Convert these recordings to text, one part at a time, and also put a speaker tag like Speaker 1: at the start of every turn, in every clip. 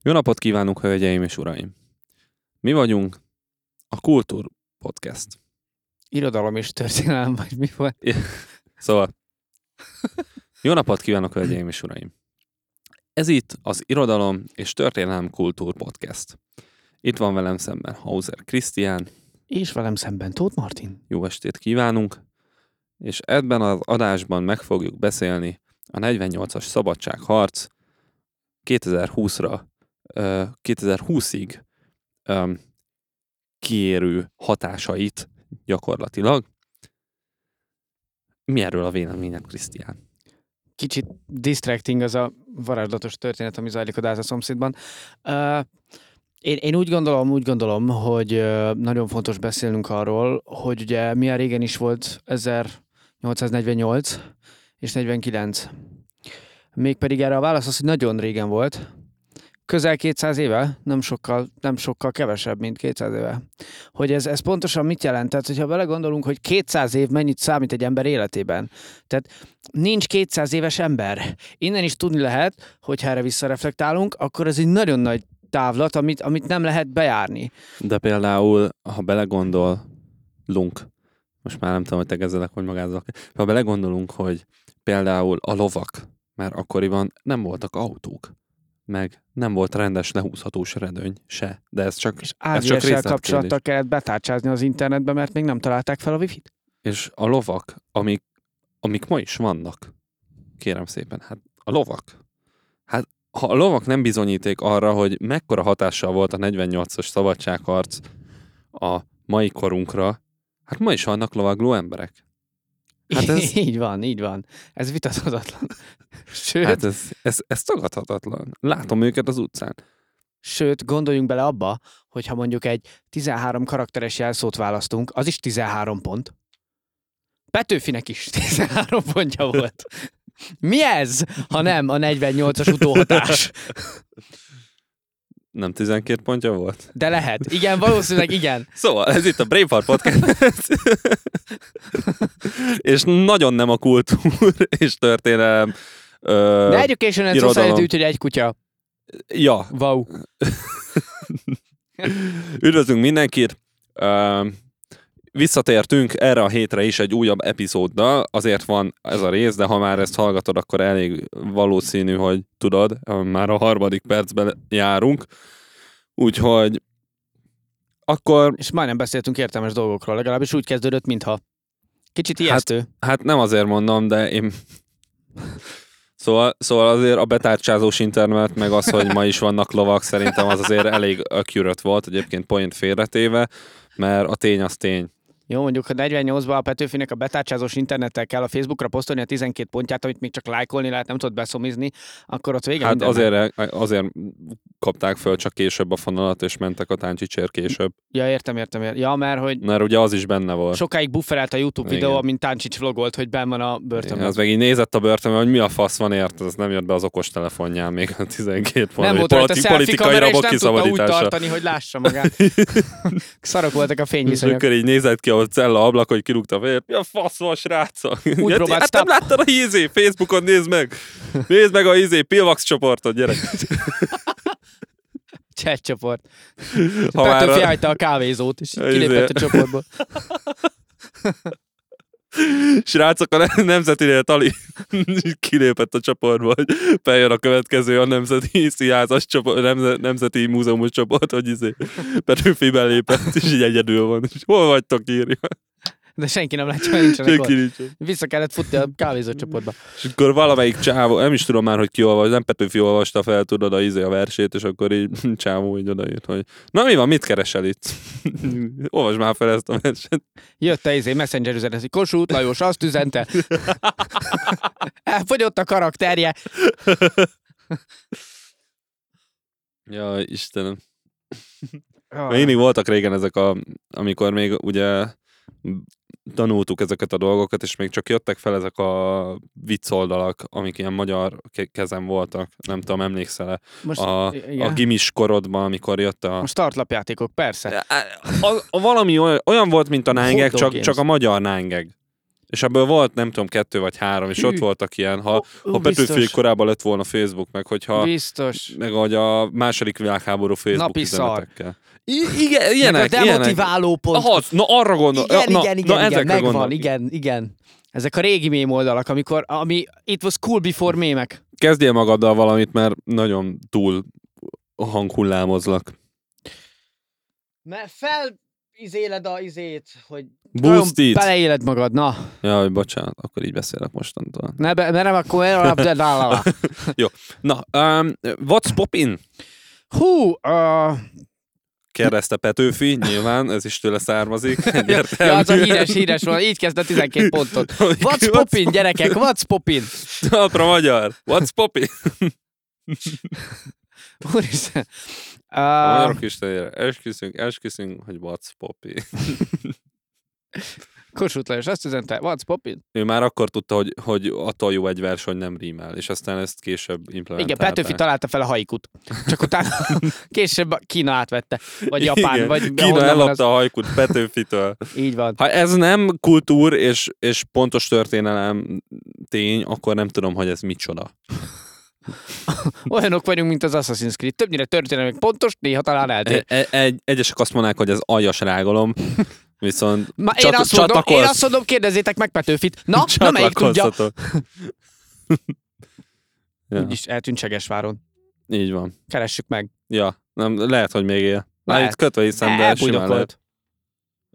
Speaker 1: Jó napot kívánunk, hölgyeim és uraim! Mi vagyunk a Kultúr Podcast.
Speaker 2: Irodalom és történelem, vagy mi volt?
Speaker 1: Szóval, jó napot kívánok, hölgyeim és uraim! Ez itt az Irodalom és Történelem Kultúr Podcast. Itt van velem szemben Hauser Krisztián,
Speaker 2: És velem szemben Tóth Martin.
Speaker 1: jó estét kívánunk, és ebben az adásban meg fogjuk beszélni a 48-as Szabadságharc 2020-ra, ö, 2020-ig öm, kiérő hatásait gyakorlatilag. Mi erről a véleményed, Krisztián?
Speaker 2: Kicsit distracting az a varázslatos történet, ami zajlik a Dáza szomszédban. Uh, én, én úgy gondolom, úgy gondolom, hogy ö, nagyon fontos beszélnünk arról, hogy ugye milyen régen is volt 1848 és 49. Mégpedig erre a válasz az, hogy nagyon régen volt. Közel 200 éve, nem sokkal, nem sokkal kevesebb, mint 200 éve. Hogy ez, ez pontosan mit jelent? Tehát, hogyha belegondolunk, hogy 200 év mennyit számít egy ember életében. Tehát nincs 200 éves ember. Innen is tudni lehet, hogyha erre visszareflektálunk, akkor ez egy nagyon nagy távlat, amit, amit nem lehet bejárni.
Speaker 1: De például, ha belegondolunk, most már nem tudom, hogy tegezelek, hogy magázok, ha belegondolunk, hogy például a lovak, mert akkoriban nem voltak autók, meg nem volt rendes lehúzhatós redőny se, de ez csak,
Speaker 2: És
Speaker 1: ez csak
Speaker 2: AVS-sel
Speaker 1: részletkérdés.
Speaker 2: kapcsolattal kellett betárcsázni az internetbe, mert még nem találták fel a wifi-t.
Speaker 1: És a lovak, amik, amik ma is vannak, kérem szépen, hát a lovak. Hát ha a lovak nem bizonyíték arra, hogy mekkora hatással volt a 48-as szabadságharc a mai korunkra, hát ma is vannak lovagló emberek. Hát ez-
Speaker 2: így van, így van. Ez vitathatatlan. Sőt,
Speaker 1: Hát ez, ez, ez tagadhatatlan. Látom őket az utcán.
Speaker 2: Sőt, gondoljunk bele abba, hogy ha mondjuk egy 13 karakteres jelszót választunk, az is 13 pont. Petőfinek is 13 pontja volt. Mi ez, ha nem a 48-as utóhatás?
Speaker 1: Nem 12 pontja volt?
Speaker 2: De lehet. Igen, valószínűleg igen.
Speaker 1: Szóval ez itt a Braveheart Podcast. és nagyon nem a kultúr és történelem. Ö,
Speaker 2: De Education and
Speaker 1: irodalom.
Speaker 2: Society, úgyhogy egy kutya.
Speaker 1: ja,
Speaker 2: Wow.
Speaker 1: Üdvözlünk mindenkit! Üm, Visszatértünk erre a hétre is egy újabb epizóddal, azért van ez a rész, de ha már ezt hallgatod, akkor elég valószínű, hogy tudod, üm, már a harmadik percben járunk. Úgyhogy akkor,
Speaker 2: És majdnem beszéltünk értelmes dolgokról, legalábbis úgy kezdődött, mintha. Kicsit ijesztő. Hát,
Speaker 1: hát nem azért mondom, de én... Szóval, szóval azért a betárcsázós internet, meg az, hogy ma is vannak lovak, szerintem az azért elég accurate volt, egyébként point félretéve, mert a tény az tény.
Speaker 2: Jó, mondjuk, ha 48-ban a Petőfinek a betárcsázós internettel kell a Facebookra posztolni a 12 pontját, amit még csak lájkolni lehet, nem tudod beszomizni, akkor ott vége
Speaker 1: Hát
Speaker 2: mindennek.
Speaker 1: azért, azért kapták föl csak később a fonalat, és mentek a táncsicsér később.
Speaker 2: Ja, értem, értem, értem. Ja, mert hogy
Speaker 1: Mert ugye az is benne volt.
Speaker 2: sokáig bufferelt a YouTube
Speaker 1: Igen.
Speaker 2: videó, amint Táncsics vlogolt, hogy benn van a börtönben.
Speaker 1: Az meg így nézett a börtönben, hogy mi a fasz van érte, az nem jött be az okostelefonján még a 12 pont.
Speaker 2: nem
Speaker 1: hogy
Speaker 2: volt rajta
Speaker 1: politi-
Speaker 2: selfie kamera, és
Speaker 1: rabok
Speaker 2: nem tudta úgy
Speaker 1: kiszabadítása.
Speaker 2: tartani, hogy lássa magát. Szarok voltak a
Speaker 1: És
Speaker 2: fényviszonyok.
Speaker 1: akkor így nézett ki a cella ablak, hogy kirúgta fel, mi a fasz van, srácok?
Speaker 2: Úgy
Speaker 1: hát,
Speaker 2: próbált
Speaker 1: hát nem
Speaker 2: stop-
Speaker 1: láttad a hízé, Facebookon nézd meg! Nézd meg a hízé, Pilvax csoportot, gyerek!
Speaker 2: Chat csoport.
Speaker 1: Ha már
Speaker 2: Petőfi
Speaker 1: a-
Speaker 2: hagyta a kávézót, és
Speaker 1: Izé.
Speaker 2: kilépett a csoportból.
Speaker 1: Srácok, a nemzetinél Tali kilépett a csoportból, hogy feljön a következő a nemzeti színházas csoport, nemze, nemzeti múzeumos csoport, hogy izé Petőfi belépett, és így egyedül van. És hol vagytok írja?
Speaker 2: De senki nem látja, hogy nincsenek
Speaker 1: Senki
Speaker 2: ott.
Speaker 1: nincs.
Speaker 2: Vissza kellett futni a kávézó csoportba.
Speaker 1: És akkor valamelyik csávó, nem is tudom már, hogy ki olvas, nem Petőfi olvasta fel, tudod, a izé a versét, és akkor így csávó így odaírt, hogy na mi van, mit keresel itt? Olvasd már fel ezt a verset.
Speaker 2: Jött a izé messenger üzenet, hogy Kossuth Lajos azt üzente. Elfogyott a karakterje.
Speaker 1: Ja, Istenem.
Speaker 2: Ah.
Speaker 1: Mert Mindig voltak régen ezek a, amikor még ugye tanultuk ezeket a dolgokat, és még csak jöttek fel ezek a vicc oldalak, amik ilyen magyar ke- kezem voltak, nem tudom, emlékszel-e,
Speaker 2: Most,
Speaker 1: a,
Speaker 2: igen.
Speaker 1: a gimis korodban, amikor jött a...
Speaker 2: Most startlapjátékok, persze.
Speaker 1: A, a, a valami olyan, olyan volt, mint a nángeg,
Speaker 2: Hot dog
Speaker 1: csak,
Speaker 2: games.
Speaker 1: csak a magyar nángeg. És ebből volt, nem tudom, kettő vagy három, és
Speaker 2: Hű.
Speaker 1: ott voltak ilyen, ha,
Speaker 2: Ú,
Speaker 1: ha Petőfi
Speaker 2: biztos,
Speaker 1: korábban lett volna Facebook, meg hogyha
Speaker 2: biztos.
Speaker 1: meg ahogy a második világháború Facebook
Speaker 2: Napi szar.
Speaker 1: üzenetekkel. I- igen, ilyenek,
Speaker 2: Meg a
Speaker 1: ilyenek.
Speaker 2: demotiváló pont.
Speaker 1: Aha, na arra gondol.
Speaker 2: Igen,
Speaker 1: na,
Speaker 2: igen,
Speaker 1: na,
Speaker 2: igen, igen,
Speaker 1: ezekre
Speaker 2: megvan,
Speaker 1: gondol.
Speaker 2: igen, igen. Ezek a régi mém oldalak, amikor, ami it was cool before mémek.
Speaker 1: Kezdjél magaddal valamit, mert nagyon túl hanghullámozlak.
Speaker 2: Mert fel izéled a izét, hogy
Speaker 1: Boost
Speaker 2: Nagyon
Speaker 1: it!
Speaker 2: beleéled magad, na.
Speaker 1: Jaj, bocsánat, akkor így beszélek mostantól.
Speaker 2: Ne, be, ne, nem, akkor elrapd, de
Speaker 1: Na, um, what's poppin?
Speaker 2: Hú, uh,
Speaker 1: Kérdezte Petőfi, nyilván, ez is tőle származik.
Speaker 2: ja, az a
Speaker 1: egyértelműen.
Speaker 2: híres, híres van, így kezdett 12 pontot. What's poppin, gyerekek, what's poppin?
Speaker 1: Talpra magyar. What's poppin?
Speaker 2: Um, Úristen.
Speaker 1: A
Speaker 2: Uh,
Speaker 1: magyarok istenére. Esküszünk, esküszünk, hogy what's poppin.
Speaker 2: Kossuth Lajos azt üzente, what's poppin?
Speaker 1: Ő már akkor tudta, hogy, hogy attól jó egy verseny nem rímel, és aztán ezt később
Speaker 2: Igen,
Speaker 1: implementálták.
Speaker 2: Petőfi találta fel a haikut. Csak utána később Kína átvette. Vagy Japán,
Speaker 1: Igen,
Speaker 2: vagy
Speaker 1: Kína
Speaker 2: honnan van
Speaker 1: ellopta a hajkut Petőfitől.
Speaker 2: Az... Így van.
Speaker 1: Ha ez nem kultúr és, és pontos történelem tény, akkor nem tudom, hogy ez micsoda.
Speaker 2: Olyanok vagyunk, mint az Assassin's Creed. Többnyire történelmek pontos, néha talán eltér.
Speaker 1: E- e- egy, egyesek azt mondják, hogy ez aljas rágalom, viszont
Speaker 2: Ma, én,
Speaker 1: csat-
Speaker 2: azt mondom, én
Speaker 1: csatakolsz.
Speaker 2: azt mondom, kérdezzétek meg Petőfit. Na, na melyik tudja?
Speaker 1: csatlakoztatok. ja,
Speaker 2: Úgyis eltűnt Segesváron.
Speaker 1: így van.
Speaker 2: Keressük meg.
Speaker 1: Ja, nem, lehet, hogy még él. Már
Speaker 2: Lehet.
Speaker 1: itt kötve hiszem, de simán lehet.
Speaker 2: Elbújdokolt.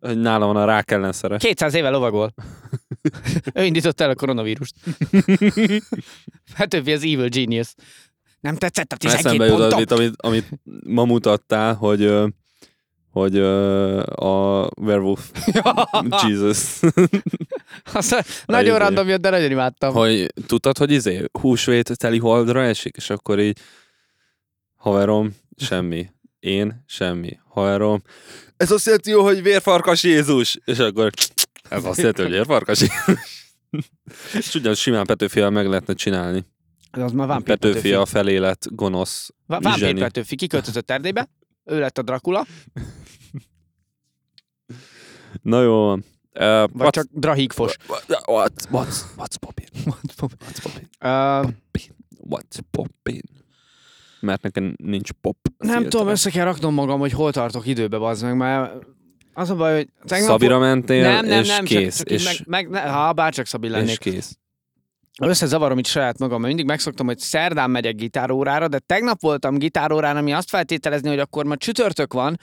Speaker 1: Hogy nála van a rák ellenszere.
Speaker 2: 200 éve lovagol. ő indította el a koronavírust. Petőfi az evil genius. Nem tetszett a 12
Speaker 1: Eszembe jutott,
Speaker 2: pontom?
Speaker 1: amit, amit, amit ma mutattál, hogy ö, hogy ö, a werewolf Jesus.
Speaker 2: Azt, nagyon
Speaker 1: izé.
Speaker 2: random jött, de nagyon imádtam.
Speaker 1: hogy tudtad, hogy izé, húsvét teli holdra esik, és akkor így haverom, semmi. Én, semmi. Haverom. Ez azt jelenti, hogy vérfarkas Jézus. És akkor ez azt jelenti, hogy vérfarkas Jézus. És ugyan simán Petőfivel meg lehetne csinálni.
Speaker 2: De az már Vámpír
Speaker 1: Petőfi,
Speaker 2: Petőfi.
Speaker 1: a felélet gonosz.
Speaker 2: Vá- Vámpír
Speaker 1: zseni.
Speaker 2: Petőfi kiköltözött Erdélybe, ő lett a Dracula,
Speaker 1: Na jó. van. Uh,
Speaker 2: vagy csak Drahigfos.
Speaker 1: What, what's, what's poppin? What's poppin?
Speaker 2: Uh,
Speaker 1: What's poppin? Mert nekem nincs pop.
Speaker 2: nem tudom,
Speaker 1: filterem.
Speaker 2: össze kell raknom magam, hogy hol tartok időbe, bazd meg, mert az a baj, hogy tegnap...
Speaker 1: Szabira mentél,
Speaker 2: nem, nem,
Speaker 1: és
Speaker 2: nem,
Speaker 1: kész.
Speaker 2: csak, csak így
Speaker 1: és,
Speaker 2: meg, meg, ne, ha bárcsak Szabi
Speaker 1: és
Speaker 2: lennék.
Speaker 1: kész.
Speaker 2: Összezavarom itt saját magam, mert mindig megszoktam, hogy szerdán megyek gitárórára, de tegnap voltam gitárórára, ami azt feltételezni, hogy akkor ma csütörtök van.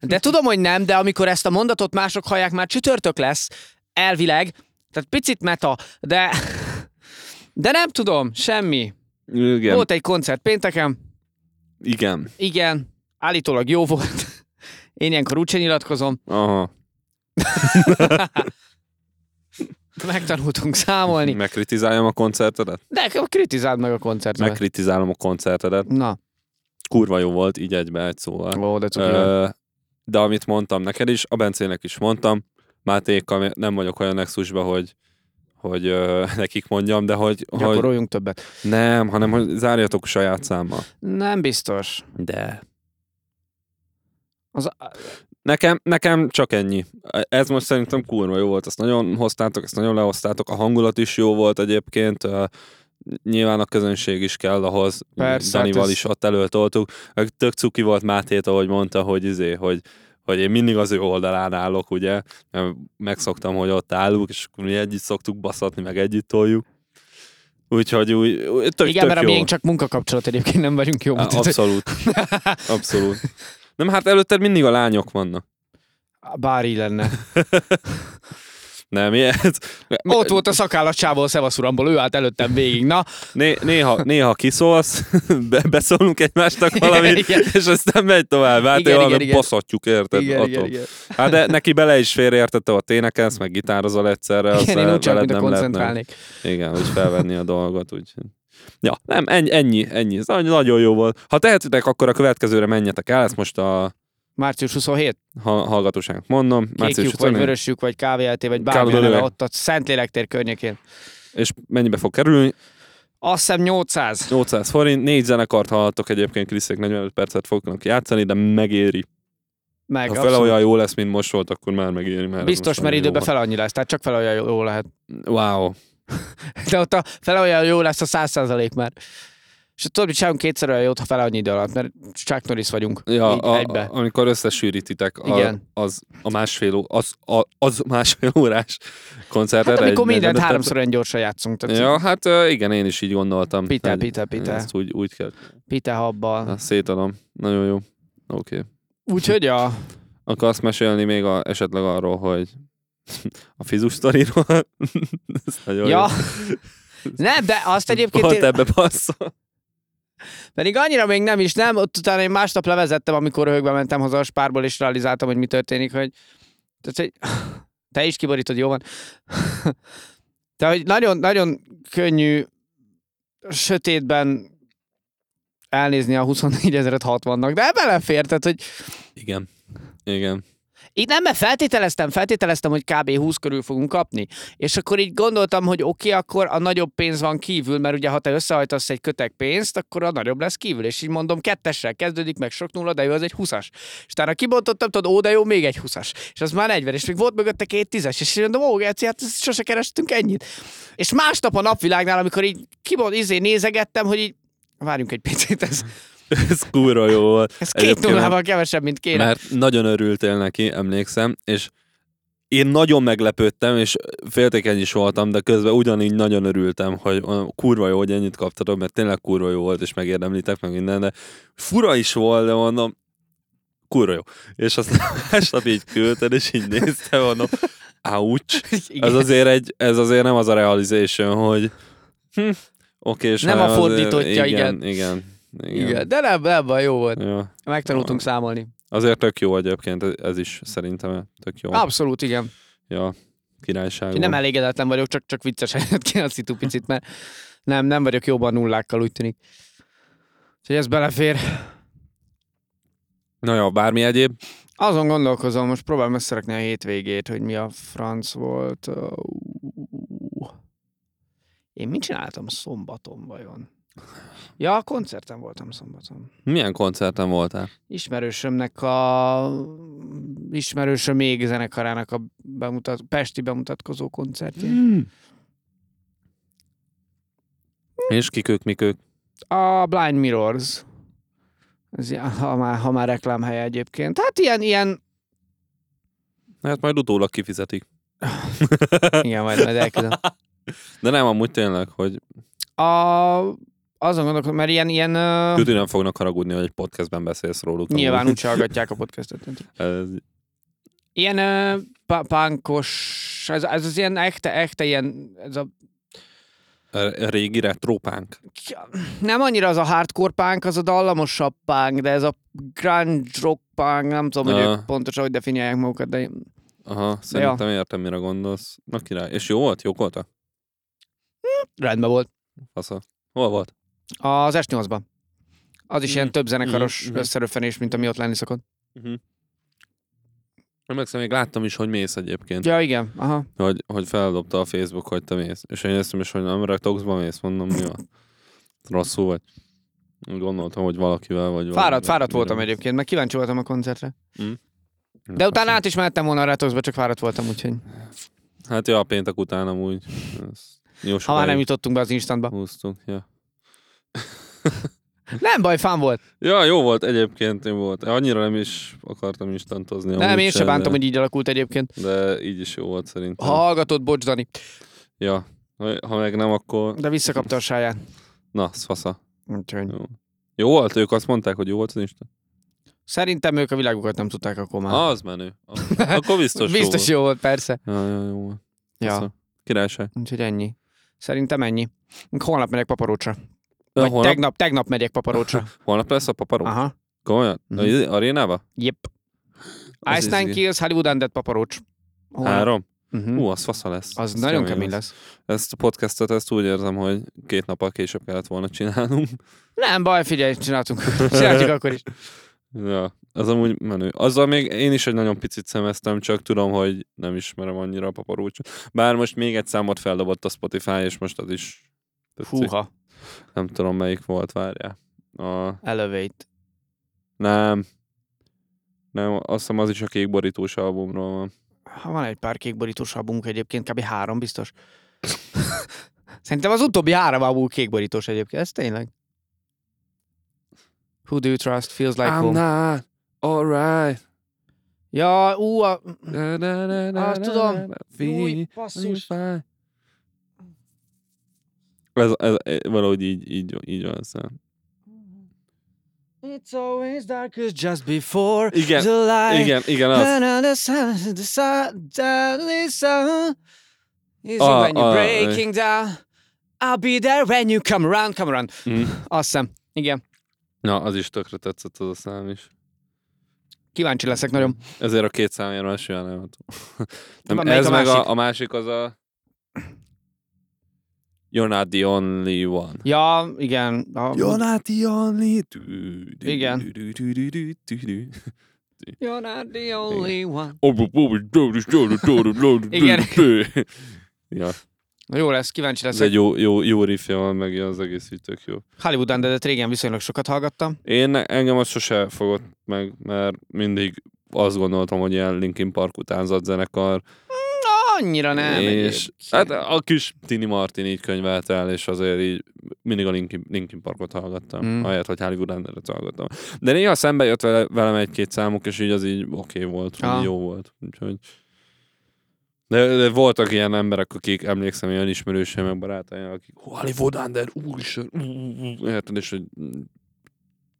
Speaker 2: De tudom, hogy nem, de amikor ezt a mondatot mások hallják, már csütörtök lesz, elvileg. Tehát picit meta, de... De nem tudom, semmi.
Speaker 1: Igen,
Speaker 2: Volt egy koncert pénteken,
Speaker 1: igen.
Speaker 2: igen, állítólag jó volt. Én ilyenkor úgyse nyilatkozom.
Speaker 1: Aha.
Speaker 2: Megtanultunk számolni.
Speaker 1: Megkritizáljam a koncertedet?
Speaker 2: De kritizáld meg a koncertet.
Speaker 1: Megkritizálom a koncertedet.
Speaker 2: Na,
Speaker 1: Kurva jó volt, így egybe egy szóval.
Speaker 2: ó, de cuki vagy.
Speaker 1: Ö, de amit mondtam neked is, a Bencének is mondtam, Mátékkal nem vagyok olyan nexusban, hogy hogy ö, nekik mondjam, de hogy, hogy
Speaker 2: Gyakoroljunk többet.
Speaker 1: nem, hanem hogy zárjatok saját számmal.
Speaker 2: Nem biztos.
Speaker 1: De.
Speaker 2: Az,
Speaker 1: Nekem, nekem csak ennyi. Ez most szerintem kurva jó volt, ezt nagyon hoztátok, ezt nagyon lehoztátok, a hangulat is jó volt egyébként, ö, nyilván a közönség is kell ahhoz,
Speaker 2: Persze, hát
Speaker 1: Danival
Speaker 2: ez-
Speaker 1: is ott előtoltuk, Meg tök cuki volt Mátét, ahogy mondta, hogy izé, hogy hogy én mindig az ő oldalán állok, ugye, Mert megszoktam, hogy ott állunk, és akkor mi együtt szoktuk baszatni, meg együtt toljuk. Úgyhogy úgy, tök,
Speaker 2: Igen,
Speaker 1: tök
Speaker 2: mert a
Speaker 1: jó.
Speaker 2: miénk csak munkakapcsolat egyébként nem vagyunk jó. Tehát, hogy-
Speaker 1: Abszolút. Abszolút. Nem, hát előtted mindig a lányok vannak.
Speaker 2: Bár így lenne.
Speaker 1: Nem, ilyet.
Speaker 2: Ott volt a szakállat sávol, szevasz uramból, ő állt előttem végig. Na,
Speaker 1: Né- néha, néha kiszólsz, be- beszólunk egymásnak valamit,
Speaker 2: Igen.
Speaker 1: és aztán megy tovább. Hát
Speaker 2: Igen,
Speaker 1: igen,
Speaker 2: igen,
Speaker 1: igen,
Speaker 2: igen.
Speaker 1: baszatjuk, érted?
Speaker 2: igen,
Speaker 1: Atom.
Speaker 2: igen, igen.
Speaker 1: Hát de neki bele is félreértette, ott énekelsz, meg gitározol egyszerre,
Speaker 2: Igen, én
Speaker 1: aztán
Speaker 2: úgy csak,
Speaker 1: veled
Speaker 2: mint a
Speaker 1: nem lehetne.
Speaker 2: koncentrálnék.
Speaker 1: Igen, hogy felvenni a dolgot, úgy. Ja, nem, ennyi, ennyi, ennyi. Ez nagy- nagyon jó volt. Ha tehetitek, akkor a következőre menjetek el, ezt most a
Speaker 2: Március 27,
Speaker 1: ha- hallgatóságnak mondom. március
Speaker 2: kékjük, vagy
Speaker 1: 20-án.
Speaker 2: vörösjük, vagy KVLT, vagy bármi a
Speaker 1: KVLT.
Speaker 2: neve, ott a Szentlélek tér környékén.
Speaker 1: És mennyibe fog kerülni?
Speaker 2: Azt hiszem 800.
Speaker 1: 800 forint, négy zenekart hallhattok egyébként, Kriszék 45 percet fognak játszani, de megéri.
Speaker 2: Meg
Speaker 1: Ha
Speaker 2: abszolút-
Speaker 1: fele olyan jó lesz, mint most volt, akkor már megéri. Mert ez
Speaker 2: Biztos,
Speaker 1: most
Speaker 2: mert
Speaker 1: nagyon jó
Speaker 2: időben fele annyi lesz, tehát csak fele olyan jó lehet.
Speaker 1: volt. Wow.
Speaker 2: De ott a fele olyan jó lesz a száz százalék már. És tudod, hogy csinálunk kétszer olyan jót, ha fele annyi idő alatt, mert Chuck Norris vagyunk.
Speaker 1: Ja,
Speaker 2: így
Speaker 1: a,
Speaker 2: egybe.
Speaker 1: a, amikor összesűrítitek a,
Speaker 2: Igen.
Speaker 1: az, a másfél, ó- az, a, az másfél órás koncert.
Speaker 2: Hát
Speaker 1: erre
Speaker 2: amikor
Speaker 1: egy-
Speaker 2: mindent
Speaker 1: de- de-
Speaker 2: háromszor olyan gyorsan játszunk. Tehát
Speaker 1: Ja, hát ö, igen, én is így gondoltam.
Speaker 2: Pite,
Speaker 1: Hogy
Speaker 2: pite, pite.
Speaker 1: Ezt úgy, úgy kell.
Speaker 2: Pite habbal.
Speaker 1: Na, Szétadom. Nagyon jó. Oké. Okay.
Speaker 2: Úgyhogy a...
Speaker 1: Akarsz mesélni még a, esetleg arról, hogy a fizus sztoriról? Ez nagyon
Speaker 2: Ja.
Speaker 1: jó.
Speaker 2: Nem, de azt egyébként...
Speaker 1: Volt
Speaker 2: én-
Speaker 1: ebbe bassza.
Speaker 2: Pedig annyira még nem is, nem. Ott utána én másnap levezettem, amikor röhögve mentem haza a spárból, és realizáltam, hogy mi történik, hogy... Tehát, hogy... Te is kiborítod, jó van. Tehát, hogy nagyon, nagyon könnyű sötétben elnézni a 24.060-nak, de belefér, tehát, hogy
Speaker 1: Igen. Igen.
Speaker 2: Így nem, mert feltételeztem, feltételeztem, hogy kb. 20 körül fogunk kapni. És akkor így gondoltam, hogy oké, okay, akkor a nagyobb pénz van kívül, mert ugye ha te összehajtasz egy kötek pénzt, akkor a nagyobb lesz kívül. És így mondom, kettessel kezdődik, meg sok nulla, de jó, az egy 20-as. És utána kibontottam, tudod, ó, de jó, még egy 20-as. És az már 40, és még volt mögötte két 10-es. És így mondom, ó, Geci, hát ezt sose kerestünk ennyit. És másnap a napvilágnál, amikor így kibont, izé nézegettem, hogy így várjunk egy picit, ez,
Speaker 1: Ez kurva jó volt.
Speaker 2: ez két
Speaker 1: Egyébként-
Speaker 2: nullával kevesebb, mint kéne.
Speaker 1: Mert nagyon örültél neki, emlékszem, és én nagyon meglepődtem, és féltékeny is voltam, de közben ugyanígy nagyon örültem, hogy ö, kurva jó, hogy ennyit kaptatok, mert tényleg kurva jó volt, és megérdemlitek meg minden, de fura is volt, de mondom, kurva jó. És aztán másnap így küldted, és így néztem, mondom, ouch.
Speaker 2: Igen.
Speaker 1: Ez azért, egy, ez azért nem az a realization, hogy hm, oké, és
Speaker 2: Nem a
Speaker 1: hanem azért-
Speaker 2: fordítottja,
Speaker 1: Igen, igen. igen.
Speaker 2: Igen, de nem, nem baj, jó volt.
Speaker 1: Ja.
Speaker 2: Megtanultunk számolni.
Speaker 1: Azért tök jó egyébként, ez- ez is szerintem tök jó.
Speaker 2: Abszolút, igen.
Speaker 1: Ja, királyság.
Speaker 2: Én nem elégedetlen vagyok, csak, csak vicces helyet kéne szitu picit, mert nem, nem vagyok jobban nullákkal, úgy tűnik. Úgyhogy ez belefér.
Speaker 1: Na jó, bármi egyéb?
Speaker 2: Azon gondolkozom, most próbálom összerakni a hétvégét, hogy mi a franc volt. Ú. Én mit csináltam szombaton vajon? Ja, a koncerten voltam szombaton.
Speaker 1: Milyen koncerten voltál?
Speaker 2: Ismerősömnek a... Ismerősöm még zenekarának a bemutat... Pesti bemutatkozó koncertjén.
Speaker 1: És kik ők, mik ők?
Speaker 2: A Blind Mirrors. Ez ilyen, ha már, ha már reklámhelye egyébként. Hát ilyen, ilyen,
Speaker 1: Hát majd utólag kifizetik.
Speaker 2: igen, majd, majd elkezdem.
Speaker 1: De nem, amúgy tényleg, hogy
Speaker 2: A, azon gondolkodom, mert ilyen, ilyen ö,
Speaker 1: Juti nem fognak haragudni, hogy egy podcastben beszélsz róluk. amúgy.
Speaker 2: nyilván úgy hallgatják a podcastot. nem tudom.
Speaker 1: Ez,
Speaker 2: Ilyen ö, pa- pánkos, ez, ez, az ilyen ekte, ekte ilyen, ez a,
Speaker 1: a régi retrópánk.
Speaker 2: nem annyira az a hardcore punk, az a dallamosabb punk, de ez a grunge rock punk, nem tudom, hogy
Speaker 1: Ah.
Speaker 2: ők pontosan hogy definiálják magukat, de
Speaker 1: Aha, szerintem értem, mire gondolsz. Na király. És jó volt? Jó volt?
Speaker 2: rendben volt.
Speaker 1: Fasza. Hol volt?
Speaker 2: Az S8-ban. Az is ilyen több zenekaros
Speaker 1: Mhm, mhm.
Speaker 2: összeröffenés, mint ami ott lenni szokott.
Speaker 1: Mm. Emlékszem, még láttam is, hogy mész egyébként.
Speaker 2: Ja, igen, aha.
Speaker 1: hogy, hogy feldobta a Facebook, hogy te mész. És én néztem is, hogy nem retoxba mész, mondom, mi van? Rosszul vagy. Gondoltam, hogy valakivel vagy.
Speaker 2: Fáradt, fáradt voltam egyébként, meg kíváncsi voltam a koncertre. De utána át is mehettem volna a Retoxba, csak fáradt voltam, úgyhogy.
Speaker 1: Hát ja, a péntek után amúgy. Ez jó
Speaker 2: Ha már nem
Speaker 1: sokáig
Speaker 2: jutottunk be az instantba.
Speaker 1: húztunk. Ja.
Speaker 2: Nem baj, fán volt.
Speaker 1: ja, jó volt egyébként, jó volt. Annyira nem is akartam instantozni.
Speaker 2: nem,
Speaker 1: amúgy
Speaker 2: én se bántam,
Speaker 1: de,
Speaker 2: hogy így alakult egyébként.
Speaker 1: De így is jó volt szerintem.
Speaker 2: Ha hallgatott, bocs Dani,
Speaker 1: Ja. Ha, ha meg nem, akkor...
Speaker 2: de visszakapta a sáját.
Speaker 1: Na, az fasza.
Speaker 2: Úgyhogy.
Speaker 1: Jó volt, ők azt mondták, hogy jó volt az Insta.
Speaker 2: Szerintem ők a világukat nem tudták akkor már.
Speaker 1: Az menő. Akkor Ah, biztos,
Speaker 2: Biztos
Speaker 1: jó
Speaker 2: jó volt, persze.
Speaker 1: volt. Ja, ja, jó volt.
Speaker 2: Ja,
Speaker 1: Fasza. Királyság.
Speaker 2: úgyhogy ennyi. Szerintem ennyi. Holnap megyek paparócsra.
Speaker 1: Ja,
Speaker 2: Vagy
Speaker 1: holnap,
Speaker 2: tegnap, tegnap megyek paparócsra.
Speaker 1: holnap lesz a paparó? Aha.
Speaker 2: Aha.
Speaker 1: Komolyan?
Speaker 2: Mhm.
Speaker 1: A izé- arénába?
Speaker 2: Yep.
Speaker 1: Az
Speaker 2: Ice Nine
Speaker 1: izgi.
Speaker 2: Kills, Hollywood Undead paparócs. Holnap.
Speaker 1: Három?
Speaker 2: Mhm.
Speaker 1: Ú, az fasza lesz.
Speaker 2: Az
Speaker 1: Ez
Speaker 2: nagyon kemény lesz.
Speaker 1: Ezt a podcastot, ezt úgy érzem, hogy két nappal később kellett volna csinálnunk.
Speaker 2: Nem baj, figyelj, csináltunk. Csináljuk akkor is.
Speaker 1: ja, az amúgy menő. Azzal még én is egy nagyon picit szemeztem, csak tudom, hogy nem ismerem annyira a paparócsot. Bár most még egy számot feldobott a Spotify, és most az is tetszik.
Speaker 2: Húha,
Speaker 1: Nem tudom, melyik volt, várjál. A...
Speaker 2: Elevate.
Speaker 1: Nem. Nem, azt hiszem az is a kékborítós albumról van.
Speaker 2: Ha van egy pár kékborítós albumunk egyébként, kb. három biztos. Szerintem az utóbbi három album kékborítós egyébként, ez tényleg. Who do you trust? Feels like
Speaker 1: I'm
Speaker 2: home.
Speaker 1: not alright.
Speaker 2: Ja, ú, a...
Speaker 1: Da, da, da, da,
Speaker 2: Azt
Speaker 1: da,
Speaker 2: tudom.
Speaker 1: da, da.
Speaker 2: Új,
Speaker 1: Feel
Speaker 2: basszus.
Speaker 1: fine. Ez, ez, ez, valahogy így, így, így van. Szóval.
Speaker 2: It's always darkest just before
Speaker 1: Igen,
Speaker 2: the light.
Speaker 1: Igen, igen, az.
Speaker 2: Na, na, the sun, the sun, the sun is
Speaker 1: Ah,
Speaker 2: when you're
Speaker 1: ah,
Speaker 2: breaking down. I'll be there when you come around, come around.
Speaker 1: Mm.
Speaker 2: Azt hiszem. Igen.
Speaker 1: Na, az is tökre tetszett az a szám is.
Speaker 2: Kíváncsi leszek nagyon.
Speaker 1: Ezért a két számért más olyan nem tudom.
Speaker 2: Van,
Speaker 1: Nem,
Speaker 2: melyik
Speaker 1: ez
Speaker 2: a
Speaker 1: a meg
Speaker 2: másik?
Speaker 1: a, a másik az a... You're not the only one.
Speaker 2: Ja, igen. A...
Speaker 1: You're not the only...
Speaker 2: Igen.
Speaker 1: Igen.
Speaker 2: You're not the only one. Igen.
Speaker 1: Igen. Ja,
Speaker 2: Na, jó lesz, kíváncsi
Speaker 1: ez
Speaker 2: leszek.
Speaker 1: egy jó, jó, jó riffje van, meg az egész így tök jó.
Speaker 2: Hollywood Undead-et régen viszonylag sokat hallgattam.
Speaker 1: Én ne- engem az sose fogott meg, mert mindig azt gondoltam, hogy ilyen Linkin Park utánzat zenekar,
Speaker 2: Annyira nem.
Speaker 1: és
Speaker 2: egyébként.
Speaker 1: hát a kis Tini Martin így könyvelt el, és azért így mindig a Linkin, Linkin Parkot hallgattam,
Speaker 2: Mm.
Speaker 1: mm. ahelyett, hogy Hollywood Underet hallgattam. De néha szembe jött vele, velem egy-két számuk, és így az így oké okay volt,
Speaker 2: Ah.
Speaker 1: ah. jó volt. Úgyhogy... De, de, voltak ilyen emberek, akik emlékszem, ilyen ismerőseim, meg barátaim, akik Hollywood Under, úristen, ú, ú, ú, érted, és hogy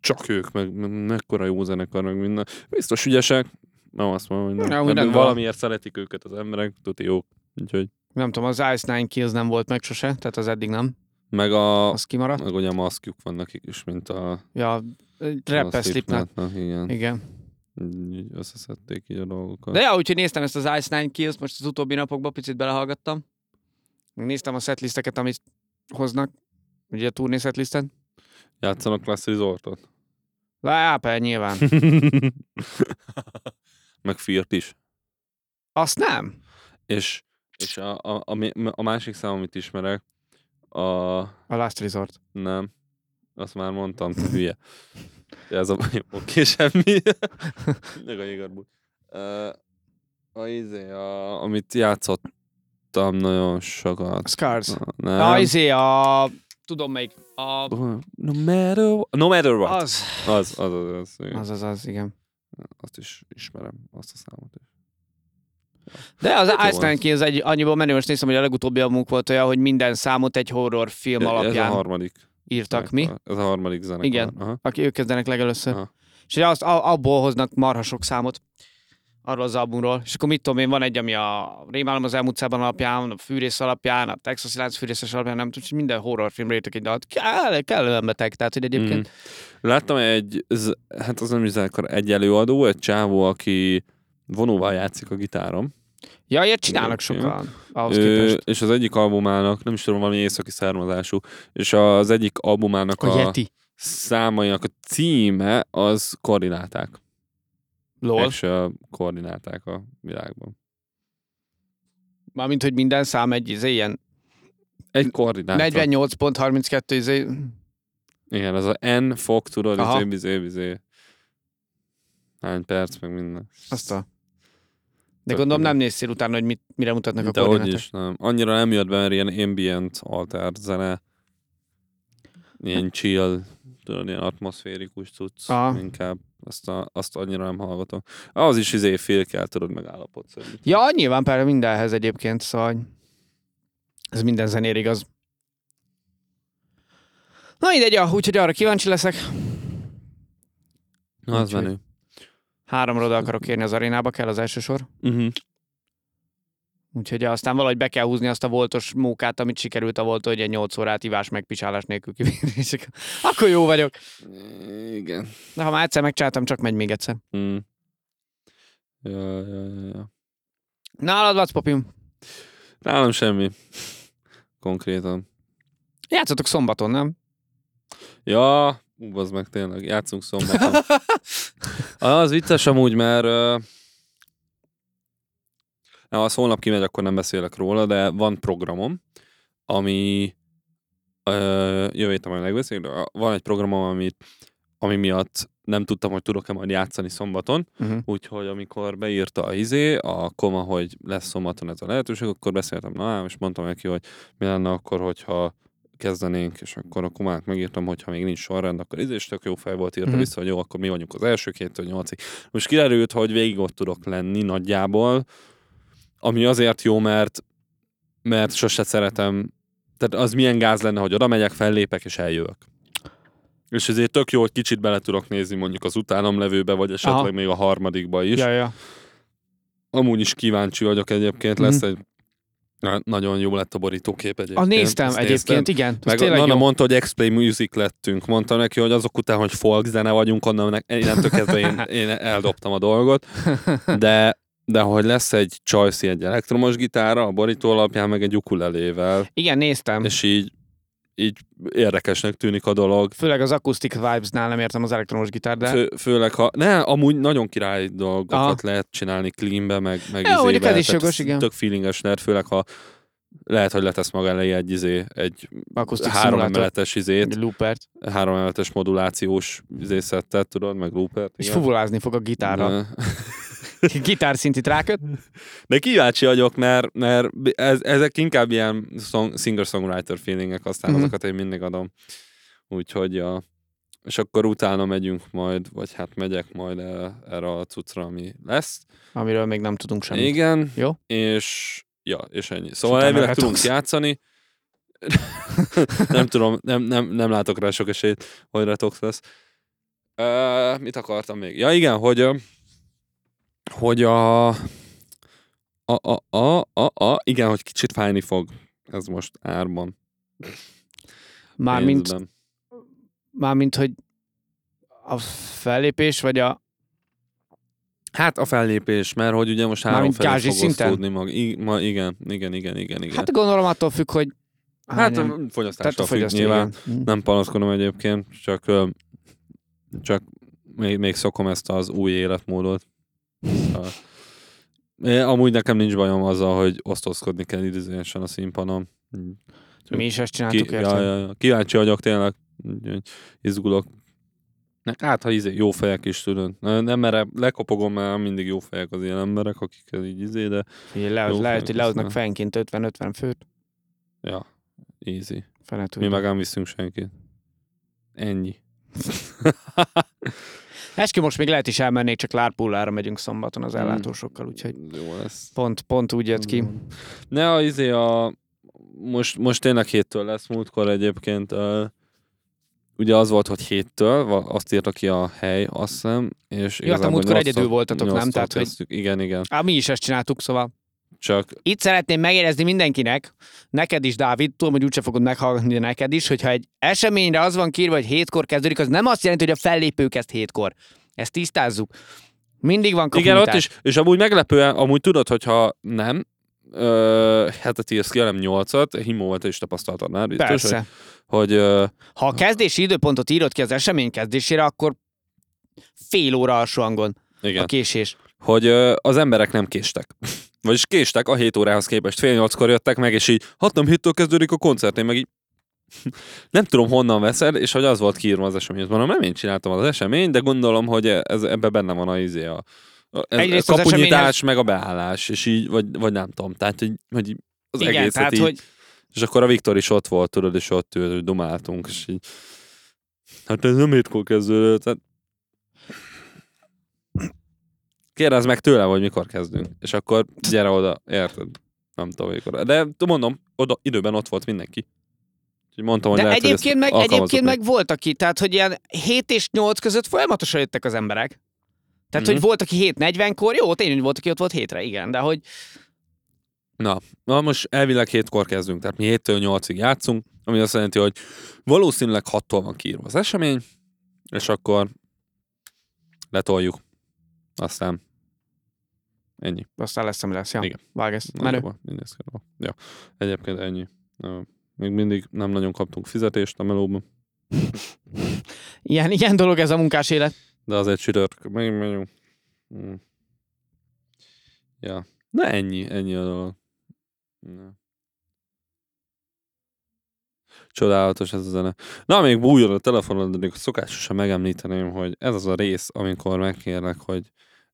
Speaker 1: csak ők, meg, meg mekkora jó zenekar, meg minden. Biztos ügyesek, nem azt mondom, hogy nem.
Speaker 2: Na, úgy
Speaker 1: nem,
Speaker 2: rendben van.
Speaker 1: valamiért szeretik őket az emberek, tuti jók. Úgyhogy
Speaker 2: Nem tudom, az Ice Nine Kills nem volt meg sose, tehát az eddig nem.
Speaker 1: meg a,
Speaker 2: Az kimaradt.
Speaker 1: meg ugye a maszkjuk van nekik is, mint a,
Speaker 2: Ja,
Speaker 1: a
Speaker 2: Rappel Slipknot.
Speaker 1: Slipknotnak, Igen,
Speaker 2: Igen.
Speaker 1: így összeszedték így a dolgokat.
Speaker 2: De ja, úgyhogy néztem ezt az Ice Nine Kills, most az utóbbi napokban picit belehallgattam. Meg Néztem a setlisteket, amit hoznak, ugye a turné setlistet.
Speaker 1: Játszanak Class Resortot.
Speaker 2: Lápel nyilván.
Speaker 1: meg Firt is.
Speaker 2: Azt nem.
Speaker 1: És, és a, a, a, mi- a, másik szám, amit ismerek, a,
Speaker 2: A Last Resort.
Speaker 1: Nem. Azt már mondtam, te hülye. De ez a jó, oké, semmi. Meg a jégarbú. Uh, a izé, a, amit játszottam nagyon sokat.
Speaker 2: A Scars.
Speaker 1: Nem.
Speaker 2: A izé, a... Tudom melyik. A...
Speaker 1: No matter, no matter what. Az,
Speaker 2: Az.
Speaker 1: az, az, az, az, igen.
Speaker 2: Az, az, az, igen.
Speaker 1: Azt is ismerem, azt a számot is.
Speaker 2: De az
Speaker 1: jó
Speaker 2: Ice Nine
Speaker 1: az.
Speaker 2: Kills egy annyiból menő, most néztem, hogy a legutóbbi albumunk volt olyan, hogy minden számot egy horror film
Speaker 1: Ez a
Speaker 2: alapján
Speaker 1: harmadik.
Speaker 2: írtak mi.
Speaker 1: zenekar. Ez a harmadik zenekar.
Speaker 2: Igen.
Speaker 1: Aha.
Speaker 2: Aki ők kezdenek legelőször.
Speaker 1: Aha.
Speaker 2: És ugye azt, a- abból hoznak marha sok számot arról az albumról. És akkor mit tudom én, van egy, ami a Rémálom az elmúlt szában alapján, a Fűrész alapján, a Texas Lánc Fűrészes alapján, nem tudom, és minden horrorfilmre írtak egy dalt. Kell, kellően beteg, tehát hogy egyébként.
Speaker 1: Mhm.
Speaker 2: Mm.
Speaker 1: Láttam egy, z- hát az nem is zenekar, egy előadó, egy csávó, aki vonóval játszik a gitáron.
Speaker 2: Ja, ilyet csinálnak
Speaker 1: Igen.
Speaker 2: sokan. Ahhoz
Speaker 1: Ö,
Speaker 2: képest.
Speaker 1: és az egyik albumának, nem is tudom, valami északi származású, és az egyik albumának
Speaker 2: A
Speaker 1: a,
Speaker 2: Yeti.
Speaker 1: számainak a címe az koordinálták.
Speaker 2: Lol.
Speaker 1: És ö, koordinálták a világban.
Speaker 2: Mármint, hogy minden szám egy izé, ilyen
Speaker 1: Egy koordinátor.
Speaker 2: 48.32 izé.
Speaker 1: Igen, az a N fog, tudod,
Speaker 2: Aha.
Speaker 1: izé, bizé, bizé. Hány perc, meg minden.
Speaker 2: Azt a... De gondolom nem néztél utána, hogy mit, mire mutatnak
Speaker 1: De
Speaker 2: a
Speaker 1: hogy
Speaker 2: koordinátok.
Speaker 1: is, nem. Annyira nem jött be, mert ilyen ambient alter zene, ilyen chill, tudod, ilyen atmoszférikus cucc
Speaker 2: Hát- Aha.
Speaker 1: inkább. Azt, a, azt annyira nem hallgatom. Az is izé fél kell, tudod, megállapodsz. hogy mit-
Speaker 2: Ja, nyilván például mindenhez egyébként, szóval hogy ez minden zenér igaz. Na mindegy, ja, úgyhogy arra kíváncsi leszek.
Speaker 1: Na, az
Speaker 2: úgyhogy-
Speaker 1: menő.
Speaker 2: Háromra oda akarok kérni az arénába, kell az első sor.
Speaker 1: Uh-huh.
Speaker 2: Úgyhogy ja, aztán valahogy be kell húzni azt a voltos mókát, amit sikerült a volt, hogy egy 8 órát ivás meg picsálás nélkül kivírni. és akkor- Akkor jó vagyok.
Speaker 1: Igen.
Speaker 2: De ha már egyszer megcsináltam, csak megy még egyszer.
Speaker 1: Mm. Ja, ja, ja, ja.
Speaker 2: Nálad, Lac Popim,
Speaker 1: Nálam semmi. Konkrétan.
Speaker 2: játszotok szombaton, nem?
Speaker 1: Ja, ú, az meg tényleg, játszunk szombaton. Ah, az vicces amúgy, mert ö, na, az holnap kimegy, akkor nem beszélek róla, de van programom, ami ö, jövő héten majd megbeszélünk, de van egy programom, amit, ami miatt nem tudtam, hogy tudok-e majd játszani szombaton,
Speaker 2: Uh-huh.
Speaker 1: úgyhogy amikor beírta a izé, a koma, hogy lesz szombaton ez a lehetőség, akkor beszéltem na, és mondtam neki, hogy mi lenne akkor, hogyha kezdenénk, és akkor a komának megírtam, hogy ha még nincs sorrend, akkor izé, és tök jó fel volt írta
Speaker 2: Mhm.
Speaker 1: vissza, hogy jó, akkor mi vagyunk az első kéttől nyolcig. Most kiderült, hogy végig ott tudok lenni nagyjából, ami azért jó, mert mert sose szeretem, tehát az milyen gáz lenne, hogy oda megyek, fellépek és eljövök. És ezért tök jó, hogy kicsit bele tudok nézni mondjuk az utánam levőbe, vagy esetleg
Speaker 2: Aha.
Speaker 1: még a harmadikba is.
Speaker 2: Ja, ja.
Speaker 1: Amúgy is kíváncsi vagyok egyébként,
Speaker 2: Mhm.
Speaker 1: lesz egy Na, nagyon jó lett a borítókép
Speaker 2: A
Speaker 1: egyébként.
Speaker 2: Ah, néztem
Speaker 1: Azt
Speaker 2: egyébként,
Speaker 1: néztem.
Speaker 2: igen. Meg
Speaker 1: Meg
Speaker 2: tényleg
Speaker 1: Nana
Speaker 2: jó.
Speaker 1: mondta, hogy X-Play Music lettünk. Mondta neki, hogy azok után, hogy folk zene vagyunk, onnan ne, innentől kezdve én, én eldobtam a dolgot. De, de hogy lesz egy Csajci egy elektromos gitára, a borító alapján meg egy ukulelével,
Speaker 2: igen, néztem.
Speaker 1: és így, így érdekesnek tűnik a dolog.
Speaker 2: Főleg az acoustic vibes-nál nem értem az elektromos gitár, de...
Speaker 1: Fő, főleg, ha... Ne, amúgy nagyon király dolgokat
Speaker 2: Aha.
Speaker 1: lehet csinálni cleanbe, meg, meg
Speaker 2: Jó, mondjuk ez is
Speaker 1: Tehát
Speaker 2: jogos,
Speaker 1: ez
Speaker 2: igen.
Speaker 1: Tök feelinges lehet, főleg ha lehet, hogy letesz maga elé egy, izé, egy
Speaker 2: Akusztik
Speaker 1: három
Speaker 2: szimulátor.
Speaker 1: emeletes izét,
Speaker 2: Egy loopert.
Speaker 1: három emeletes modulációs izészettet, tudod, meg loopert.
Speaker 2: És
Speaker 1: igen.
Speaker 2: fuvolázni fog a gitárral.
Speaker 1: Ne.
Speaker 2: Gitárszintit ráköt.
Speaker 1: De kíváncsi vagyok, mert, mert ez, ezek inkább ilyen song, singer-songwriter feelingek, aztán
Speaker 2: Mhm.
Speaker 1: mm-hmm. azokat én mindig adom. Úgyhogy, ja. és akkor utána megyünk majd, vagy hát megyek majd el, erre a cuccra, ami lesz.
Speaker 2: Amiről még nem tudunk semmit. Igen.
Speaker 1: Igen.
Speaker 2: Jó?
Speaker 1: És ja, és ennyi. Szóval
Speaker 2: utána
Speaker 1: elvileg
Speaker 2: retunk.
Speaker 1: tudunk játszani. nem tudom, nem, nem, nem látok rá sok esélyt, hogy retox lesz. Uh, mit akartam még? Ja igen, hogy ö, hogy a a, a, a, a, a, igen, hogy kicsit fájni fog. Ez most árban.
Speaker 2: Mármint,
Speaker 1: pénzben.
Speaker 2: mármint, hogy a fellépés, vagy a...
Speaker 1: Hát a fellépés, mert hogy ugye most három
Speaker 2: Mármint
Speaker 1: felé
Speaker 2: gázsi
Speaker 1: fog
Speaker 2: szinten?
Speaker 1: osztódni mag. I, ma, igen, igen, igen, igen, igen.
Speaker 2: Hát gondolom attól függ, hogy...
Speaker 1: Hát,
Speaker 2: hányan-
Speaker 1: a
Speaker 2: tehát a
Speaker 1: fogyasztástól függ
Speaker 2: fogyasztó,
Speaker 1: nyilván.
Speaker 2: igen. Mm.
Speaker 1: Nem panaszkodom egyébként, csak, ö, csak még, még szokom ezt az új életmódot. A- É, Amúgy nekem nincs bajom azzal, hogy osztozkodni kell idézőjesen a színpadon.
Speaker 2: Mi is ezt
Speaker 1: Ki,
Speaker 2: csináltuk,
Speaker 1: ja,
Speaker 2: érted?
Speaker 1: ja, ja. Kíváncsi vagyok tényleg, Úgyhogy izgulok. Nek- Hát, ha izé, jó fejek is tudod. Na, Nem merem, lekopogom, mert mindig jó fejek az ilyen emberek, akik így izé, de
Speaker 2: Figyelj, le-
Speaker 1: Jó, hát
Speaker 2: Lehet, hogy
Speaker 1: felkészülve.
Speaker 2: lehoznak fejenként 50-50 főt.
Speaker 1: ja, easy.
Speaker 2: Fele
Speaker 1: Mi
Speaker 2: tudja.
Speaker 1: meg nem viszünk senkit. Ennyi.
Speaker 2: Eskü most még lehet is elmennék, csak Lárpullára megyünk szombaton
Speaker 1: Hm.
Speaker 2: az ellátósokkal, úgyhogy
Speaker 1: Jó lesz.
Speaker 2: pont, pont úgy jött
Speaker 1: Hm.
Speaker 2: ki.
Speaker 1: Ne, a, izé a, most, most tényleg héttől lesz, múltkor egyébként uh, ugye az volt, hogy héttől, va- azt írta ki a hely, azt hiszem, és
Speaker 2: Jó, hát a múltkor egyedül voltatok, nem? Tehát, hogy...
Speaker 1: hogy... Igen, igen.
Speaker 2: Á, mi is ezt csináltuk, szóval
Speaker 1: Csak
Speaker 2: itt szeretném megérezni mindenkinek, neked is, Dávid, tudom, hogy úgyse fogod meghallgatni de neked is, hogyha egy eseményre az van kírva, hogy hétkor kezdődik, az nem azt jelenti, hogy a fellépő kezd hétkor. Ezt tisztázzuk. Mindig van
Speaker 1: igen,
Speaker 2: kommunitás.
Speaker 1: ott is, és amúgy meglepően, amúgy tudod, hogyha nem, ö, hetet írsz ki, hanem nyolcat, himó volt, és tapasztaltad már, biztos,
Speaker 2: Persze.
Speaker 1: hogy, hogy ö,
Speaker 2: Ha a kezdési időpontot írod ki az esemény kezdésére, akkor fél óra alsó hangon
Speaker 1: igen.
Speaker 2: a késés.
Speaker 1: hogy ö, az emberek nem késtek. Vagyis késtek a 7 órához képest. Fél nyolckor jöttek meg, és így 6 nem héttől kezdődik a koncert, én meg így nem tudom honnan veszed, és hogy az volt kiírva az esemény. Azt Mondom, nem én csináltam az esemény, de gondolom, hogy ez, ebbe benne van a izé a, a ez,
Speaker 2: Egyrészt az
Speaker 1: kapunyítás,
Speaker 2: eseményhez-
Speaker 1: meg a beállás, és így, vagy, vagy nem tudom, tehát hogy, hogy így az
Speaker 2: igen,
Speaker 1: egészet
Speaker 2: tehát,
Speaker 1: így,
Speaker 2: hogy
Speaker 1: és akkor a Viktor is ott volt, tudod, és ott ült, hogy domáltunk, és így hát ez nem hétkor kezdődött, tehát kérdezz meg tőlem, hogy mikor kezdünk, és akkor gyere oda, érted? Nem tudom, mikor. De mondom, oda, időben ott volt mindenki. Úgyhogy mondtam, hogy
Speaker 2: De
Speaker 1: lehet, hogy ezt
Speaker 2: egyébként, meg,
Speaker 1: alkalmazzuk
Speaker 2: egyébként
Speaker 1: még.
Speaker 2: meg volt, aki, tehát hogy ilyen 7 és 8 között folyamatosan jöttek az emberek. Tehát, hogy
Speaker 1: Mhm.
Speaker 2: volt, aki 7.40-kor, jó, tényleg volt, aki ott volt hétre, igen, de hogy
Speaker 1: Na most elvileg hétkor kezdünk, tehát mi héttől nyolcig játszunk, ami azt jelenti, hogy valószínűleg hattól van kiírva az esemény, és akkor letoljuk. Aztán ennyi.
Speaker 2: aztán lesz, ami lesz, ja.
Speaker 1: Igen.
Speaker 2: Vág ezt. Menő.
Speaker 1: Nagyjából mindez kell. Ja. Egyébként ennyi. Ö, Még mindig nem nagyon kaptunk fizetést a melóban,
Speaker 2: Ilyen, ilyen dolog ez a munkás élet.
Speaker 1: de azért csütörtök megint megyünk. Mm. Ja. Na ennyi, ennyi a dolog. Ja. Csodálatos ez a zene. Na, még bújjon a telefonod, de szokásosan megemlíteném, hogy ez az a rész, amikor megkérlek, hogy